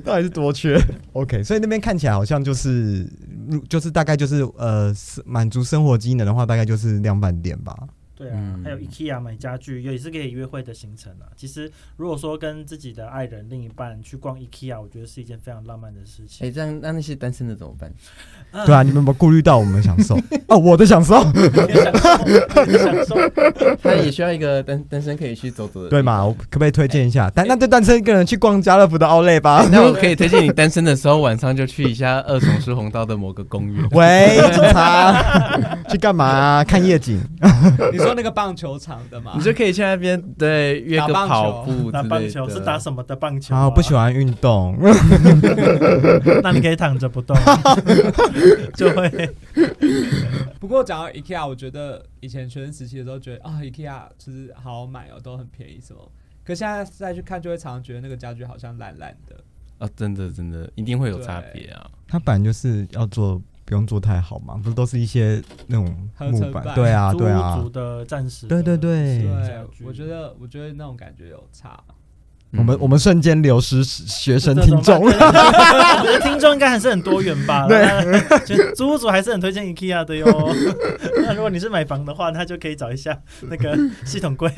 Speaker 1: 到底是多缺？OK，所以那边看起来好像就是，如就是大概就是呃，是满足生活机能的话，大概就是量贩店吧。
Speaker 3: 对啊，
Speaker 4: 嗯
Speaker 3: 还有 IKEA 买家具也是可以约会的行程啊。其实如果说跟自己的爱人、另一半去逛 IKEA，我觉得是一件非常浪漫的事
Speaker 4: 哎、
Speaker 3: 情。
Speaker 4: 这样那那些单身的怎么办？
Speaker 1: 对啊，你们有没有顾虑到我们的享受？哦，我的享受，
Speaker 3: 享受
Speaker 4: 他也需要一个单单身可以去走走的，
Speaker 1: 对？嘛？我可不可以推荐一下？但那就单身一个人去逛家乐福的奥莱吧。
Speaker 4: 那我可以推荐你单身的时候，晚上就去一下二重疏洪道的某个公 园。
Speaker 1: 喂，警察，去干嘛、看夜景？
Speaker 2: 你说那个棒球场的嘛
Speaker 4: 你？就可以去那边对约
Speaker 2: 打
Speaker 4: 个
Speaker 2: 棒球
Speaker 4: 跑步之
Speaker 3: 打
Speaker 4: 类
Speaker 3: 棒球
Speaker 4: 的
Speaker 3: 是打什么的棒 球、
Speaker 1: 啊，
Speaker 3: 啊？
Speaker 1: 我不喜。欢运动。
Speaker 3: 那你可以躺着不动， 就会
Speaker 2: 不过讲到 IKEA，我觉得以前学生时期的时候觉得啊、i k e a 就是好好买哦，都很便宜什么。可现在再去看，就会常常觉得那个家具好像烂烂的。
Speaker 4: 啊，真的真的一定会有差别啊！
Speaker 1: 他本来就是要做，不用做太好嘛，不是都是一些那种
Speaker 2: 合
Speaker 1: 木
Speaker 2: 成
Speaker 1: 板？
Speaker 2: 板
Speaker 1: 对啊，
Speaker 3: 租
Speaker 1: 对啊
Speaker 3: 屋族。的暂时
Speaker 1: 对
Speaker 3: 的
Speaker 1: 对对
Speaker 3: 使用
Speaker 1: 嗯
Speaker 3: 家
Speaker 2: 对，
Speaker 3: 具
Speaker 2: 我觉得我觉得那种感觉有差。
Speaker 4: 嗯
Speaker 1: 我们我们瞬间流失学生听众 了，
Speaker 3: 我觉得听众应该还是很多元 吧。
Speaker 1: 对
Speaker 3: 那，其实租屋主还是很推荐 IKEA 的哟。 那如果你是买房的话，那就可以找一下那个系统柜。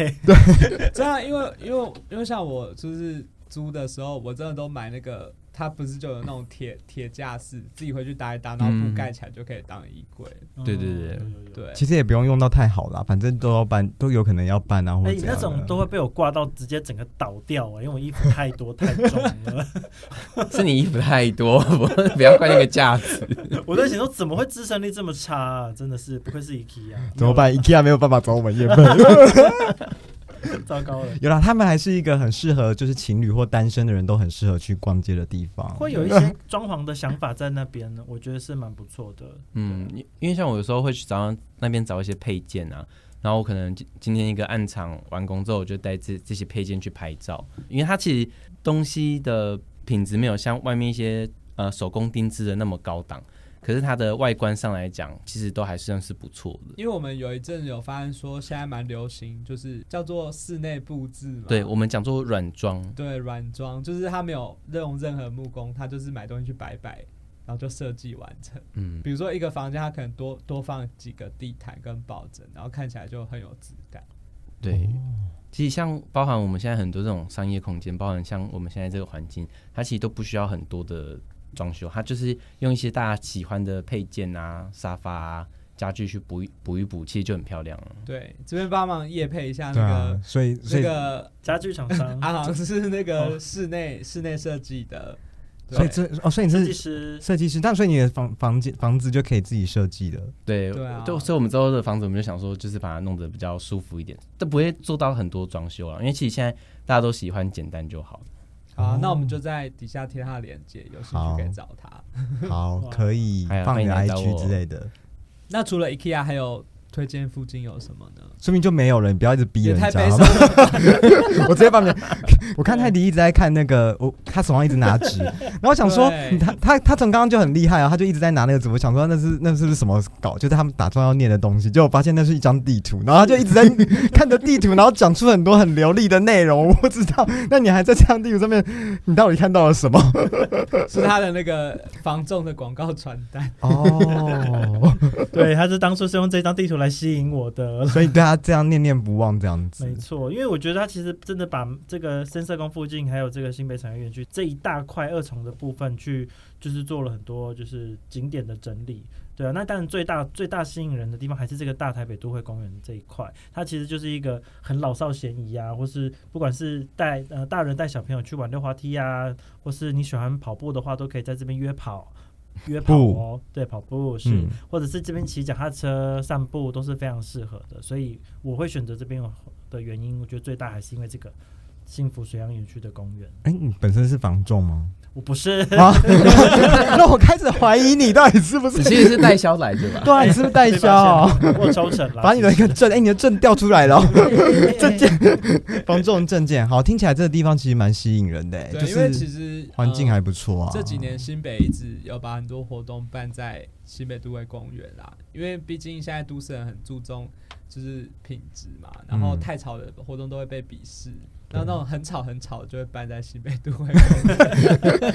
Speaker 2: 这样，因为因为因为像我就是租的时候，我真的都买那个，它不是就有那种铁铁架式，自己回去搭一搭，然后布
Speaker 4: 嗯
Speaker 2: 盖起来就可以当衣柜。
Speaker 4: 对对对
Speaker 3: 嗯有有有
Speaker 2: 对，
Speaker 1: 其实也不用用到太好啦，反正都要搬，都有可能要搬啊，或
Speaker 3: 哎、
Speaker 1: 者怎
Speaker 3: 那
Speaker 1: 样的
Speaker 3: 种都会被我挂到直接整个倒掉啊、因为我衣服太多太重了，
Speaker 4: 是你衣服太多， 不不要怪那个架子。
Speaker 3: 我在想说怎么会支撑力这么差、啊，真的是不愧是 IKEA，
Speaker 1: 怎么？办？IKEA 没有办法找我们夜配。
Speaker 3: 糟糕了。
Speaker 1: 有啦，他们还是一个很适合，就是情侣或单身的人都很适合去逛街的地方。
Speaker 3: 会有一些装潢的想法在那边，呢，我觉得是蛮不错的。
Speaker 4: 嗯，因因为像我有时候会去找那边找一些配件啊，然后我可能今今天一个暗场完工之后，我就带这这些配件去拍照，因为它其实东西的品质没有像外面一些呃手工定制的那么高档，可是它的外观上来讲，其实都还算是不错的。
Speaker 2: 因为我们有一阵有发现说，现在蛮流行，就是叫做室内布置嘛。
Speaker 4: 对我们讲做软装，
Speaker 2: 对，软装就是他没有用任何木工，他就是买东西去摆摆，然后就设计完成。
Speaker 4: 嗯，
Speaker 2: 比如说一个房间，他可能多多放几个地毯跟抱枕，然后看起来就很有质感。
Speaker 4: 对，其实像包含我们现在很多这种商业空间，包含像我们现在这个环境，它其实都不需要很多的装修，它就是用一些大家喜欢的配件啊、沙发啊、家具去补一补一补，其实就很漂亮了。
Speaker 2: 对，这边帮忙夜配一下
Speaker 1: 哦对
Speaker 2: 那
Speaker 1: 啊
Speaker 2: 个，、
Speaker 1: 所以所
Speaker 2: 那
Speaker 1: 以、嗯哦
Speaker 2: 个
Speaker 3: 家具厂 商、
Speaker 2: 阿航是那个室内、室内设计的，对
Speaker 1: 所以这哦，所以你
Speaker 3: 设计
Speaker 1: 是
Speaker 3: 师，
Speaker 1: 设计师，但所以你的房房间房子就可以自己设计的。
Speaker 4: 对，
Speaker 2: 对啊
Speaker 4: 就所以我们之后的房子，我们就想说，就是把它弄得比较舒服一点，但不会做到很多装修了，啊因为其实现在大家都喜欢简单 就好。
Speaker 2: 好啊、那我
Speaker 1: 哦
Speaker 2: 们就在底下贴他的链接，有兴趣可以找他。
Speaker 1: 好，
Speaker 3: 哇
Speaker 1: 可以
Speaker 4: 哎呀
Speaker 1: 放你的
Speaker 4: 欢迎来找
Speaker 1: IG
Speaker 4: 我
Speaker 1: 之类的，
Speaker 2: 那除了 IKEA，还有推荐附近有什么呢？
Speaker 1: 说明就没有了。你不要一直逼
Speaker 2: 也
Speaker 1: 人
Speaker 2: 太
Speaker 1: 家
Speaker 2: 悲
Speaker 1: 好
Speaker 2: 伤
Speaker 1: 吗，
Speaker 2: 了。
Speaker 1: 我直接把你。 我看泰迪一直在看那个，我他手上一直拿纸，然后我想说
Speaker 2: 对
Speaker 1: 他他他从刚刚就很厉害啊，他就一直在拿那个纸，我想说那是那是不是什么稿？就是他们打算要念的东西，结果发现那是一张地图，然后他就一直在 看着地图，然后讲出很多很流利的内容。我不知道，那你还在这张地图上面，你到底看到了什么？
Speaker 2: 是他的那个防重的广告传单。
Speaker 1: 哦，
Speaker 3: 对，他是当初是用这张地图来吸引我 的。
Speaker 1: 所以对他这样念念不忘这样子
Speaker 3: 没。错，因为我觉得他其实真的把这个深色宫附近，还有这个新北产业园区这一大块二重的部分去，就是做了很多就是景点的整理。对啊，那当然最大最大吸引人的地方还是这个大台北都会公园这一块，它其实就是一个很老少咸宜啊，或是不管是带呃大人带小朋友去玩溜滑梯啊，或是你喜欢跑步的话，都可以在这边约跑。约跑
Speaker 1: 步
Speaker 3: 哦，对，跑步是，
Speaker 1: 嗯，
Speaker 3: 或者是这边骑脚踏车、散步都是非常适合的，所以我会选择这边的呃原因，我觉得最大还是因为这个幸福水漾园区的公园。
Speaker 1: 哎、你本身是房仲吗？
Speaker 3: 我不 是，
Speaker 1: 啊，那我开始怀疑你到底是不是
Speaker 4: 你其实是代销来的吧？
Speaker 1: 对啊，你是不是代
Speaker 3: 被
Speaker 1: 销
Speaker 3: 发
Speaker 1: 啊？
Speaker 3: 现了我有抽成了，
Speaker 1: 把你的一
Speaker 3: 其实
Speaker 1: 个证，哎、你的证调出来 了哦，
Speaker 3: 证件
Speaker 1: 房仲证件。好，听起来这个地方其实蛮吸引人的、哎
Speaker 2: 对，
Speaker 1: 就
Speaker 2: 因为其
Speaker 1: 是
Speaker 2: 实
Speaker 1: 环境、还
Speaker 2: 呃
Speaker 1: 不错啊、
Speaker 2: 这几年新北一直有把很多活动办在新北都会公园啦，因为毕竟现在都市人很注重就是品质嘛，然后
Speaker 1: 嗯
Speaker 2: 太吵的活动都会被鄙视，然后那种很吵很吵就会搬在西北 都会，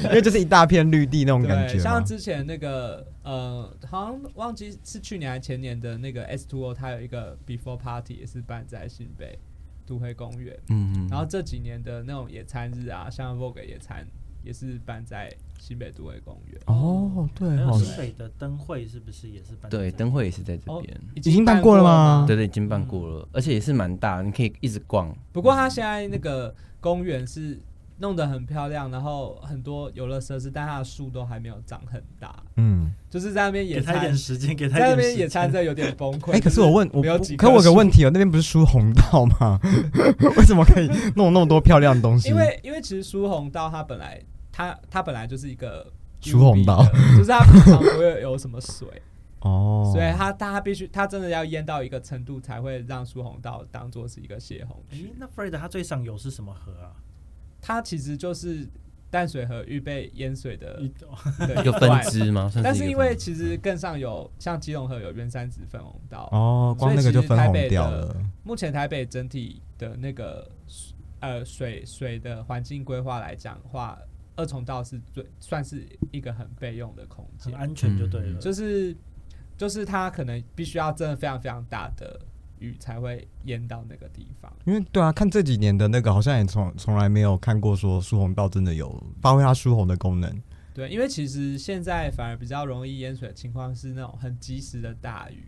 Speaker 1: 因为就是一大片绿地那种感
Speaker 2: 对，
Speaker 1: 觉
Speaker 2: 像
Speaker 1: 嘛。
Speaker 2: 之前那个呃，好像忘记是去年还前年的那个 S Two O，它有一个 Before Party 也是办在新北都会公园，
Speaker 4: 嗯
Speaker 2: 然后这几年的那种野餐日啊，像 Vogue 野餐也是办在新北都会公园。
Speaker 1: 哦，对
Speaker 3: 还有
Speaker 1: 哦，
Speaker 3: 新北的灯会是不是也是办在
Speaker 4: 对，
Speaker 3: 这
Speaker 4: 灯会也是在这
Speaker 2: 哦嗯
Speaker 4: 边。，
Speaker 2: 已
Speaker 1: 已经办过
Speaker 2: 过
Speaker 1: 了吗
Speaker 2: 吗？
Speaker 4: 对对，已经办过了，而且也是蛮大，你可以一直逛。
Speaker 2: 不过它现在那个公园是弄得很漂亮，然后很多游乐设施，但它的树都还没有长很大，
Speaker 1: 嗯，
Speaker 2: 就是在那边野
Speaker 3: 给他一
Speaker 2: 餐
Speaker 3: 点，时间，给他
Speaker 2: 在那
Speaker 3: 一点
Speaker 2: 边
Speaker 3: 时
Speaker 2: 野
Speaker 3: 间。
Speaker 2: 餐真的有点崩溃。
Speaker 1: 哎、可是我问我
Speaker 2: 没有
Speaker 1: 不
Speaker 2: 几，
Speaker 1: 可
Speaker 2: 棵
Speaker 1: 我有个
Speaker 2: 树
Speaker 1: 问题哦，那边不是疏洪道吗？ 为什么可以弄那么多漂亮的东西？
Speaker 2: 因为因为其实苏红道它本来它它本来就是一个
Speaker 1: 疏洪道
Speaker 2: UB 的，就是它平常不会有什么水，
Speaker 1: 哦，
Speaker 2: 所以它它必须它真的要淹到一个程度才会让苏红道当做是一个泄洪
Speaker 3: 诶
Speaker 2: 区。
Speaker 3: 哎那 Fred 他最上游是什么河啊？
Speaker 2: 它其实就是淡水河预备淹水
Speaker 1: 呃
Speaker 2: 的
Speaker 3: 一哦
Speaker 2: 的
Speaker 4: 一个分
Speaker 2: 块
Speaker 4: 支吗？算
Speaker 2: 但
Speaker 4: 是
Speaker 2: 是
Speaker 4: 一
Speaker 2: 因
Speaker 4: 个分
Speaker 2: 为
Speaker 4: 支
Speaker 2: 其实更上游，像基隆河有原山子分红道，
Speaker 1: 哦，光那个就分红掉
Speaker 2: 所以其实台
Speaker 1: 了。
Speaker 2: 目前台北整体的那个水呃水水的环境规划来讲的话，二重道是最算是一个很备用的空
Speaker 3: 很
Speaker 2: 间，
Speaker 3: 安全就对
Speaker 1: 嗯
Speaker 3: 了。
Speaker 2: 就是就是它可能必须要真的非常非常大的雨才会淹到那个地方。
Speaker 1: 因为对啊，看这几年的那个，好像也从从来没有看过说疏洪道真的有发挥它疏洪的功能。
Speaker 2: 对，因为其实现在反而比较容易淹水的情况是那种很及时的大雨，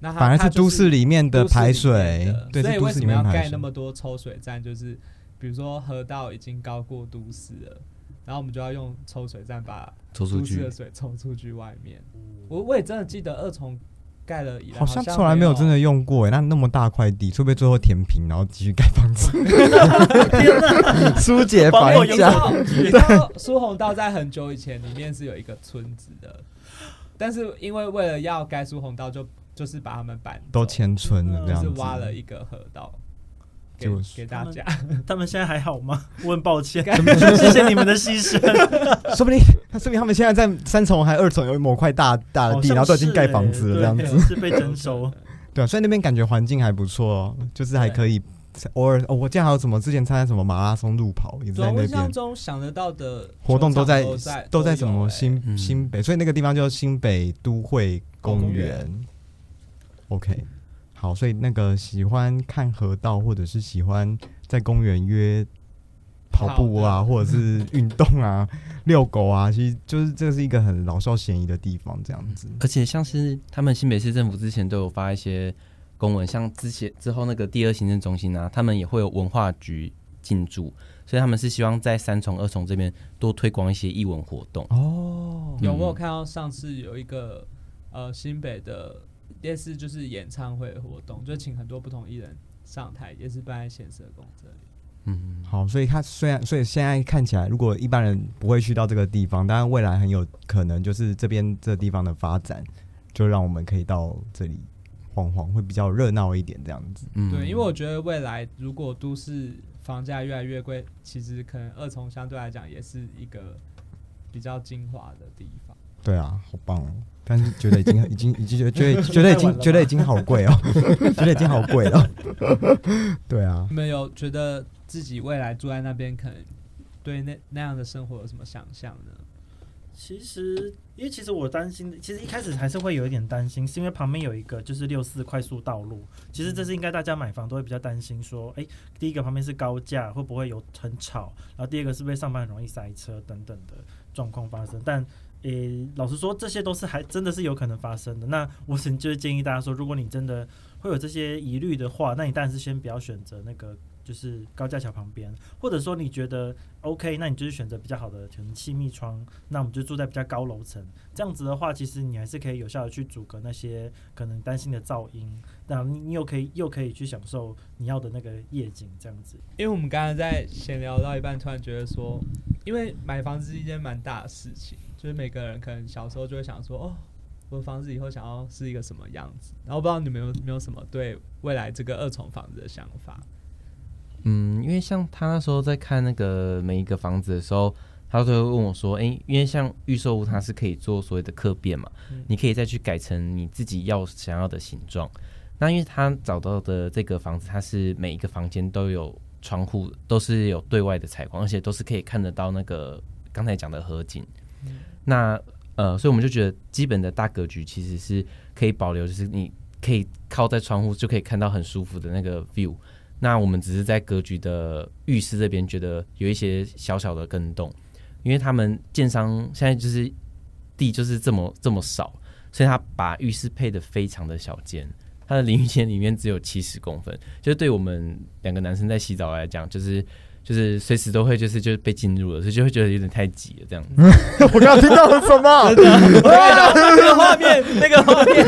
Speaker 2: 那它
Speaker 1: 反而
Speaker 2: 它
Speaker 1: 是
Speaker 2: 就
Speaker 1: 都市里面的
Speaker 2: 都市
Speaker 1: 排
Speaker 2: 里
Speaker 1: 水
Speaker 2: 面的，
Speaker 1: 对，
Speaker 2: 所以
Speaker 1: 是都
Speaker 2: 为
Speaker 1: 市
Speaker 2: 什
Speaker 1: 里
Speaker 2: 么
Speaker 1: 面
Speaker 2: 要
Speaker 1: 排
Speaker 2: 盖
Speaker 1: 水
Speaker 2: 那么多抽水站？就是比如说河道已经高过都市了，然后我们就要用抽水站把
Speaker 4: 抽出
Speaker 2: 都市
Speaker 4: 去
Speaker 2: 的，水抽出去外面。我我也真的记得二重盖了以来，
Speaker 1: 好像
Speaker 2: 啊像
Speaker 1: 从来没有真的用过哎，那那么大块地，会不会最后填平，然后继续盖房 子？疏解
Speaker 3: 房
Speaker 1: 房
Speaker 3: 有
Speaker 2: 你知
Speaker 1: 价
Speaker 2: 道，哦 你知道苏红道在很久以前里面是有一个村子的，但是因为为了要盖苏红道就，就是把他们搬
Speaker 1: 都
Speaker 2: 走
Speaker 1: 迁村了这
Speaker 2: 嗯就
Speaker 1: 样
Speaker 2: 是
Speaker 1: 子，
Speaker 2: 挖了一个河道给
Speaker 1: 就是
Speaker 2: 给大家。
Speaker 3: 他们现在还好 吗？我很抱歉，
Speaker 2: 该
Speaker 3: 谢谢你们的牺牲。
Speaker 1: 说不定， 说不定他们现在在三重还二重有某块大大的
Speaker 3: 好
Speaker 1: 地，
Speaker 3: 像
Speaker 1: 然后都已经
Speaker 3: 是
Speaker 1: 盖
Speaker 3: 欸
Speaker 1: 房子了
Speaker 3: 对
Speaker 1: 这样子。
Speaker 3: 子是被 征收。
Speaker 1: 对啊，所以那边感觉环境还不错哦，就是还可以偶尔哦。我记得还有什么之前参加什么马拉松路跑，也是
Speaker 2: 对
Speaker 1: 在
Speaker 2: 啊我
Speaker 1: 那
Speaker 2: 印象
Speaker 1: 边
Speaker 2: 中想得到的
Speaker 1: 活动都
Speaker 2: 球场
Speaker 1: 在
Speaker 2: 都
Speaker 1: 都在
Speaker 2: 有
Speaker 1: 什么
Speaker 2: 欸
Speaker 1: 新、
Speaker 4: 嗯
Speaker 1: 新北，所以那个地方叫新北都会公
Speaker 2: 公
Speaker 1: 园
Speaker 2: 园。
Speaker 1: OK，好，所以那个喜欢看河道，或者是喜欢在公园约跑步啊，
Speaker 2: 跑
Speaker 1: 或者是运动啊、遛狗啊，其实就是这是一个很老少咸宜的地方，这样子。
Speaker 4: 而且像是他们新北市政府之前都有发一些公文，像之前之后那个第二行政中心啊，他们也会有文化局进驻，所以他们是希望在三重、二重这边多推广一些艺文活动。
Speaker 1: 哦，
Speaker 2: 有没有看到上次有一个呃新北的类似就是演唱会活动，就请很多不同艺人上台，也是办在显社宫这里。
Speaker 4: 嗯，
Speaker 1: 好，所以它虽然，所以现在看起来，如果一般人不会去到这个地方，当然未来很有可能就是这边这地方的发展，就让我们可以到这里晃晃，会比较热闹一点这样子。
Speaker 4: 嗯
Speaker 2: 对，因为我觉得未来如果都市房价越来越贵，其实可能二重相对来讲也是一个比较精华的地方。
Speaker 1: 对啊，好棒哦！ 但是觉得已经已经已经觉得觉得觉得已
Speaker 3: 太晚了
Speaker 1: 经
Speaker 3: 吧
Speaker 1: 觉得已经好贵哦，觉得已经好贵 了。对啊，
Speaker 2: 你们有觉得自己未来住在那边，可能对那那样的生活有什么想象呢？
Speaker 3: 其实，因为其实我担心，其实一开始还是会有一点担心，是因为旁边有一个就是六四快速道路。其实这是应该大家买房都会比较担心，说，哎，第一个旁边是高架，会不会有很吵？然后第二个是不是上班很容易塞车等等的状况发生？但诶，老实说，这些都是还真的是有可能发生的。那我是就是建议大家说，如果你真的会有这些疑虑的话，那你当然是先不要选择那个就是高架桥旁边，或者说你觉得 OK，那你就是选择比较好的可能气密窗，那我们就住在比较高楼层。这样子的话，其实你还是可以有效的去阻隔那些可能担心的噪音，那你你又可以又可以去享受你要的那个夜景，这样子。
Speaker 2: 因为我们刚刚在闲聊到一半，突然觉得说，因为买房子是一件蛮大的事情，就是每个人可能小时候就会想说，哦，我的房子以后想要是一个什么样子。然后不知道你们有没有什么对未来这个二重房子的想法？
Speaker 4: 嗯，因为像他那时候在看那个每一个房子的时候，他都会问我说：“哎、因为像预售屋它是可以做所谓的客变嘛，
Speaker 2: 嗯
Speaker 4: 你可以再去改成你自己要想要的形状。那因为他找到的这个房子，它是每一个房间都有窗户都是有对外的采光，而且都是可以看得到那个刚才讲的河景。那呃，所以我们就觉得基本的大格局其实是可以保留，就是你可以靠在窗户就可以看到很舒服的那个 view。那我们只是在格局的浴室这边觉得有一些小小的更动，因为他们建商现在就是地就是这么这么少，所以他把浴室配的非常的小间，他的淋浴间里面只有七十公分， 就是对我们两个男生在洗澡来讲，就是就是随时都会就是就是被进入了，所以就会觉得有点太挤了这样子。
Speaker 1: 我刚刚听到了什么？
Speaker 2: 那个画面，那个画面，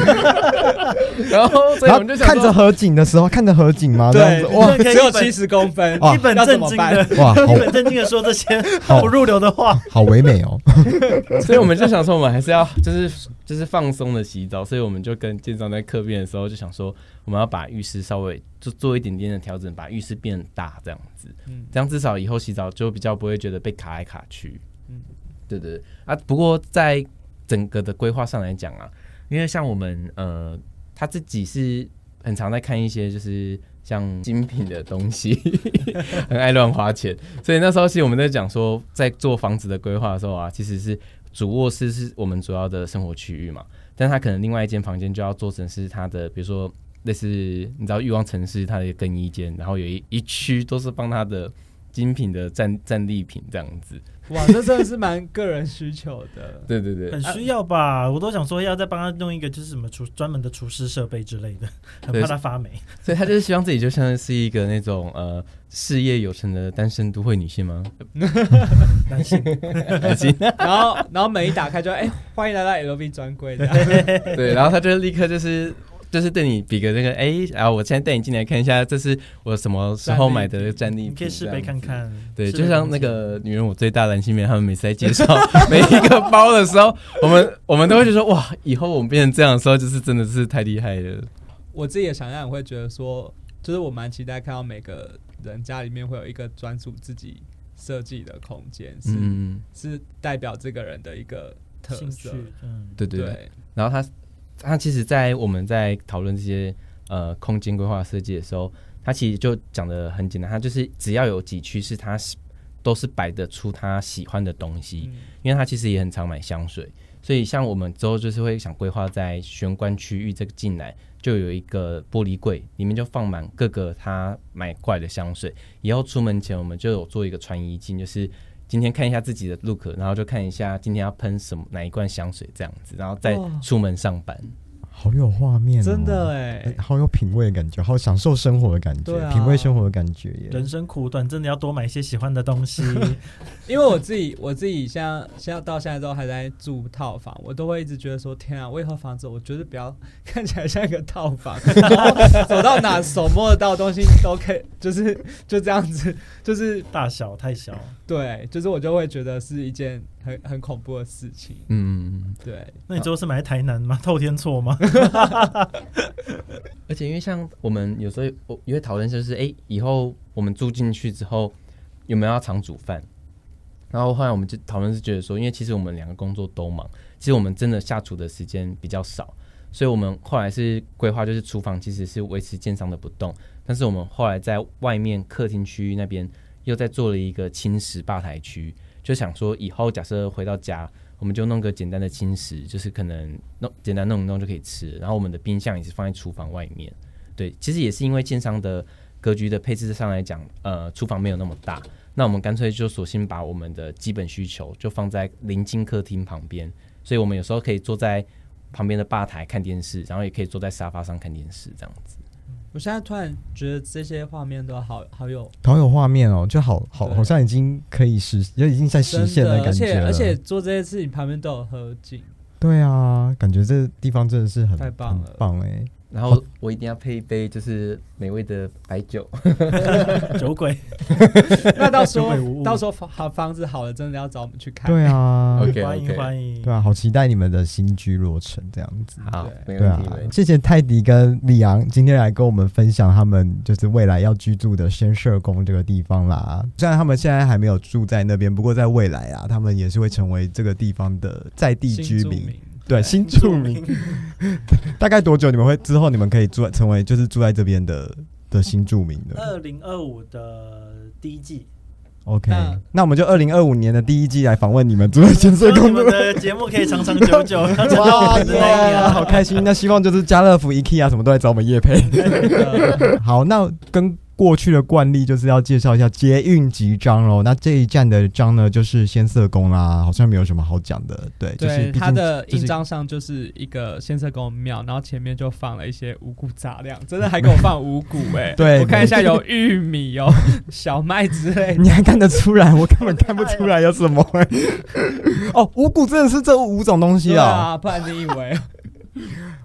Speaker 4: 然后所以
Speaker 1: 然
Speaker 4: 我
Speaker 1: 后
Speaker 4: 们就想
Speaker 1: 看着
Speaker 4: 说，
Speaker 1: 河景的时候，看着河景吗？这样
Speaker 2: 对
Speaker 1: 子，哇
Speaker 3: 可以
Speaker 2: 只有七十公分，
Speaker 1: 哇
Speaker 3: 一本
Speaker 2: 要怎
Speaker 3: 正
Speaker 2: 么
Speaker 3: 经的
Speaker 2: 办？
Speaker 1: 哇，
Speaker 3: 一
Speaker 1: 好
Speaker 3: 本正经的说这些
Speaker 1: 好
Speaker 3: 不入流的话，
Speaker 1: 好唯美哦。
Speaker 4: 所以我们就想说，我们还是要就是就是放松的洗澡，所以我们就跟建章在客变的时候就想说，我们要把浴室稍微就做一点点的调整，把浴室变大这样子，
Speaker 2: 嗯
Speaker 4: 这样至少以后洗澡就比较不会觉得被卡来卡去。
Speaker 2: 嗯
Speaker 4: 嗯，对对对啊，不过在整个的规划上来讲啊，因为像我们呃他自己是很常在看一些就是像精品的东西， 很爱乱花钱，所以那时候其实我们在讲说，在做房子的规划的时候啊，其实是主卧室是我们主要的生活区域嘛，但他可能另外一间房间就要做成是他的，比如说类似你知道欲望城市它的一个更衣间，然后有一一区都是帮他的精品的战战利品这样子。
Speaker 2: 哇，这真的是蛮个人需求的。
Speaker 4: 对对对，
Speaker 3: 很需要吧？我都想说要再帮他弄一个就是什么厨专门的厨师设备之类的，很
Speaker 4: 对
Speaker 3: 怕他发霉。
Speaker 4: 所以他就是希望自己就像是一个那种呃事业有成的单身都会女性 吗？
Speaker 3: 男 性
Speaker 2: 然后，然后门一打开就哎，欢迎来到 LV 专柜的。
Speaker 4: 对，然后他就立刻就是就是对你比个那个，哎、然后我现在带你进来看一下，这是我什么时候买的战利
Speaker 3: 你
Speaker 4: 品，
Speaker 3: 可以试背看
Speaker 4: 这样
Speaker 3: 看。
Speaker 4: 子。对，
Speaker 3: 试
Speaker 4: 就
Speaker 3: 背
Speaker 4: 像
Speaker 3: 看
Speaker 4: 那
Speaker 3: 看
Speaker 4: 个女人我最大的蓝心湄，他们每次在介绍 每一个包的时候，我们我们都会觉得说哇，以后我们变成这样的时候，就是真的是太厉害了。
Speaker 2: 我自己的想象也会觉得说，就是我蛮期待看到每个人家里面会有一个专属自己设计的空间，是、
Speaker 4: 嗯，
Speaker 2: 是代表这个人的一个特
Speaker 3: 兴趣
Speaker 2: 色。，
Speaker 3: 嗯，
Speaker 4: 对对对。
Speaker 2: 对，
Speaker 4: 然后他他其实，在我们在讨论这些呃空间规划设计的时候，他其实就讲的很简单，他就是只要有几区是他喜都是摆得出他喜欢的东西，
Speaker 2: 嗯
Speaker 4: 因为他其实也很常买香水，所以像我们之后就是会想规划在玄关区域这个进来就有一个玻璃柜，里面就放满各个他买过来的香水。以后出门前我们就有做一个穿衣镜，就是今天看一下自己的 look，然后就看一下今天要喷什么哪一罐香水这样子，然后再
Speaker 2: 哇
Speaker 4: 出门上班。
Speaker 1: 好有画面、哦，
Speaker 2: 真的哎、
Speaker 1: 哎，好有品味的感觉，好享受生活的感觉，
Speaker 2: 对啊
Speaker 1: 品味生活的感觉耶。
Speaker 3: 人生苦短，真的要多买一些喜欢的东西。
Speaker 2: 因为我自己我自己现在现在到现在都还在住套房，我都会一直觉得说天啊，我以后房子我绝对不要看起来像一个套房，然后走到哪手摸得到的东西都可以，就是就这样子，就是
Speaker 3: 大小太小，
Speaker 2: 对，就是我就会觉得是一件很很恐怖的事情。
Speaker 4: 嗯，
Speaker 2: 对，
Speaker 3: 那你最后是买在台南吗？透天错吗？
Speaker 4: 而且因为像我们有时候我也会讨论，就是哎、诶以后我们住进去之后有没有要常煮饭？然后后来我们就讨论是觉得说，因为其实我们两个工作都忙，其实我们真的下厨的时间比较少，所以我们后来是规划就是厨房其实是维持建商的不动，但是我们后来在外面客厅区域那边又在做了一个轻食吧台区，就想说以后假设回到家，我们就弄个简单的轻食，就是可能弄简单弄一弄就可以吃。然后我们的冰箱也是放在厨房外面，对，其实也是因为建商的格局的配置上来讲，呃，厨房没有那么大，那我们干脆就索性把我们的基本需求就放在临近客厅旁边，所以我们有时候可以坐在旁边的吧台看电视，然后也可以坐在沙发上看电视这样子。
Speaker 2: 我现在突然觉得这些画面都好好有
Speaker 1: 好有画面哦，就好好
Speaker 2: 对
Speaker 1: 好像已经可以实，就已经在实现
Speaker 2: 真的，而
Speaker 1: 感觉
Speaker 2: 且
Speaker 1: 了。
Speaker 2: 而且做这些事情旁边都有河 景，
Speaker 1: 对啊，感觉这地方真的是很
Speaker 2: 太棒了
Speaker 1: 很棒哎。
Speaker 4: 然后我一定要配一杯就是美味的白酒，
Speaker 3: 酒鬼，
Speaker 2: 那到时
Speaker 3: 就会无
Speaker 2: 候
Speaker 3: 误
Speaker 2: 到时候房好房子好了，真的要找我们去看。
Speaker 1: 对 啊，
Speaker 4: OK，
Speaker 3: 欢迎
Speaker 4: OK
Speaker 3: 欢迎
Speaker 1: 对。啊，好期待你们的新居落成这样子。
Speaker 4: 好，没
Speaker 1: 对
Speaker 4: 问
Speaker 1: 啊
Speaker 4: 题，没问，题。
Speaker 1: 谢谢泰迪跟李昂今天来跟我们分享他们就是未来要居住的仙社宫这个地方啦。虽然他们现在还没有住在那边，不过在未来啊，他们也是会成为这个地方的在地
Speaker 2: 新
Speaker 1: 居
Speaker 2: 住
Speaker 1: 民。
Speaker 2: 民，
Speaker 1: 对，新住民。大概多久你们会之后你们可以住在成为就是住在这边的的新著名的。
Speaker 2: 呃
Speaker 3: 二零二五的第一季，
Speaker 1: OK，
Speaker 2: 那
Speaker 1: 那我们就二零二五年的第一季来访问你们，主 任建设
Speaker 3: 希望
Speaker 1: 工
Speaker 3: 你们
Speaker 1: 作。
Speaker 3: 的节目可以长长久 久，长长
Speaker 1: 哇
Speaker 3: 久久的那一
Speaker 1: 耶，
Speaker 3: 年。
Speaker 1: 好开心！那希望就是家乐福、IKEA 什么都来找我们叶 配。好，那跟过去的惯例就是要介绍一下捷运集章喽。那这一站的章呢，就是先社工啦，好像没有什么好讲的。对，就是
Speaker 2: 对，
Speaker 1: 毕
Speaker 2: 它
Speaker 1: 竟
Speaker 2: 的
Speaker 1: 就是
Speaker 2: 印章上就是一个先生给我们庙，然后前面就放了一些五谷杂粮，真的还给我放五谷哎、
Speaker 1: 对
Speaker 2: 我看一下有玉米、有 小麦之 类的。
Speaker 1: 你还看得出来？我根本看不出来有什么、欸。 哦，五谷真的是这五种东西
Speaker 2: 对
Speaker 1: 啊、
Speaker 2: 啊，不然你以为？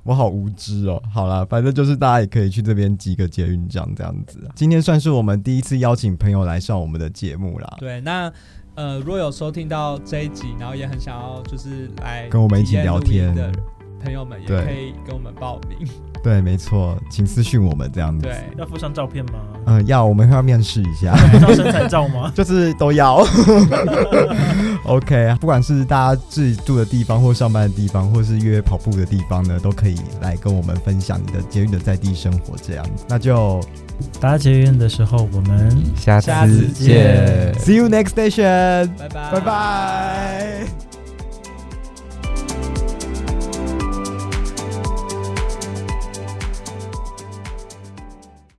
Speaker 1: 我好无知哦。好啦，反正就是大家也可以去这边集个捷运章这样子。啊今天算是我们第一次邀请朋友来上我们的节目啦。
Speaker 2: 对，那呃，如果有收听到这一集，然后也很想要就是来
Speaker 1: 跟我们一起
Speaker 2: 体验
Speaker 1: 聊
Speaker 2: 露营
Speaker 1: 天
Speaker 2: 的朋友们，也
Speaker 1: 对
Speaker 2: 可以跟我们报名。
Speaker 1: 对，没错，请私讯我们这样子。
Speaker 2: 对，
Speaker 3: 要附上照片吗？
Speaker 1: 嗯、要我们要面试一下。
Speaker 3: 附上身材照吗？
Speaker 1: 就是都要。OK，不管 是大家自己住的地方，或上班的地方，或是约跑步的地方呢，都可以来跟我们分享你的节育的在地生活。这样，那就
Speaker 3: 打捷运的时候，我们
Speaker 4: 下
Speaker 2: 下次
Speaker 4: 次见。
Speaker 1: see you next station，
Speaker 2: 拜拜，
Speaker 1: 拜拜。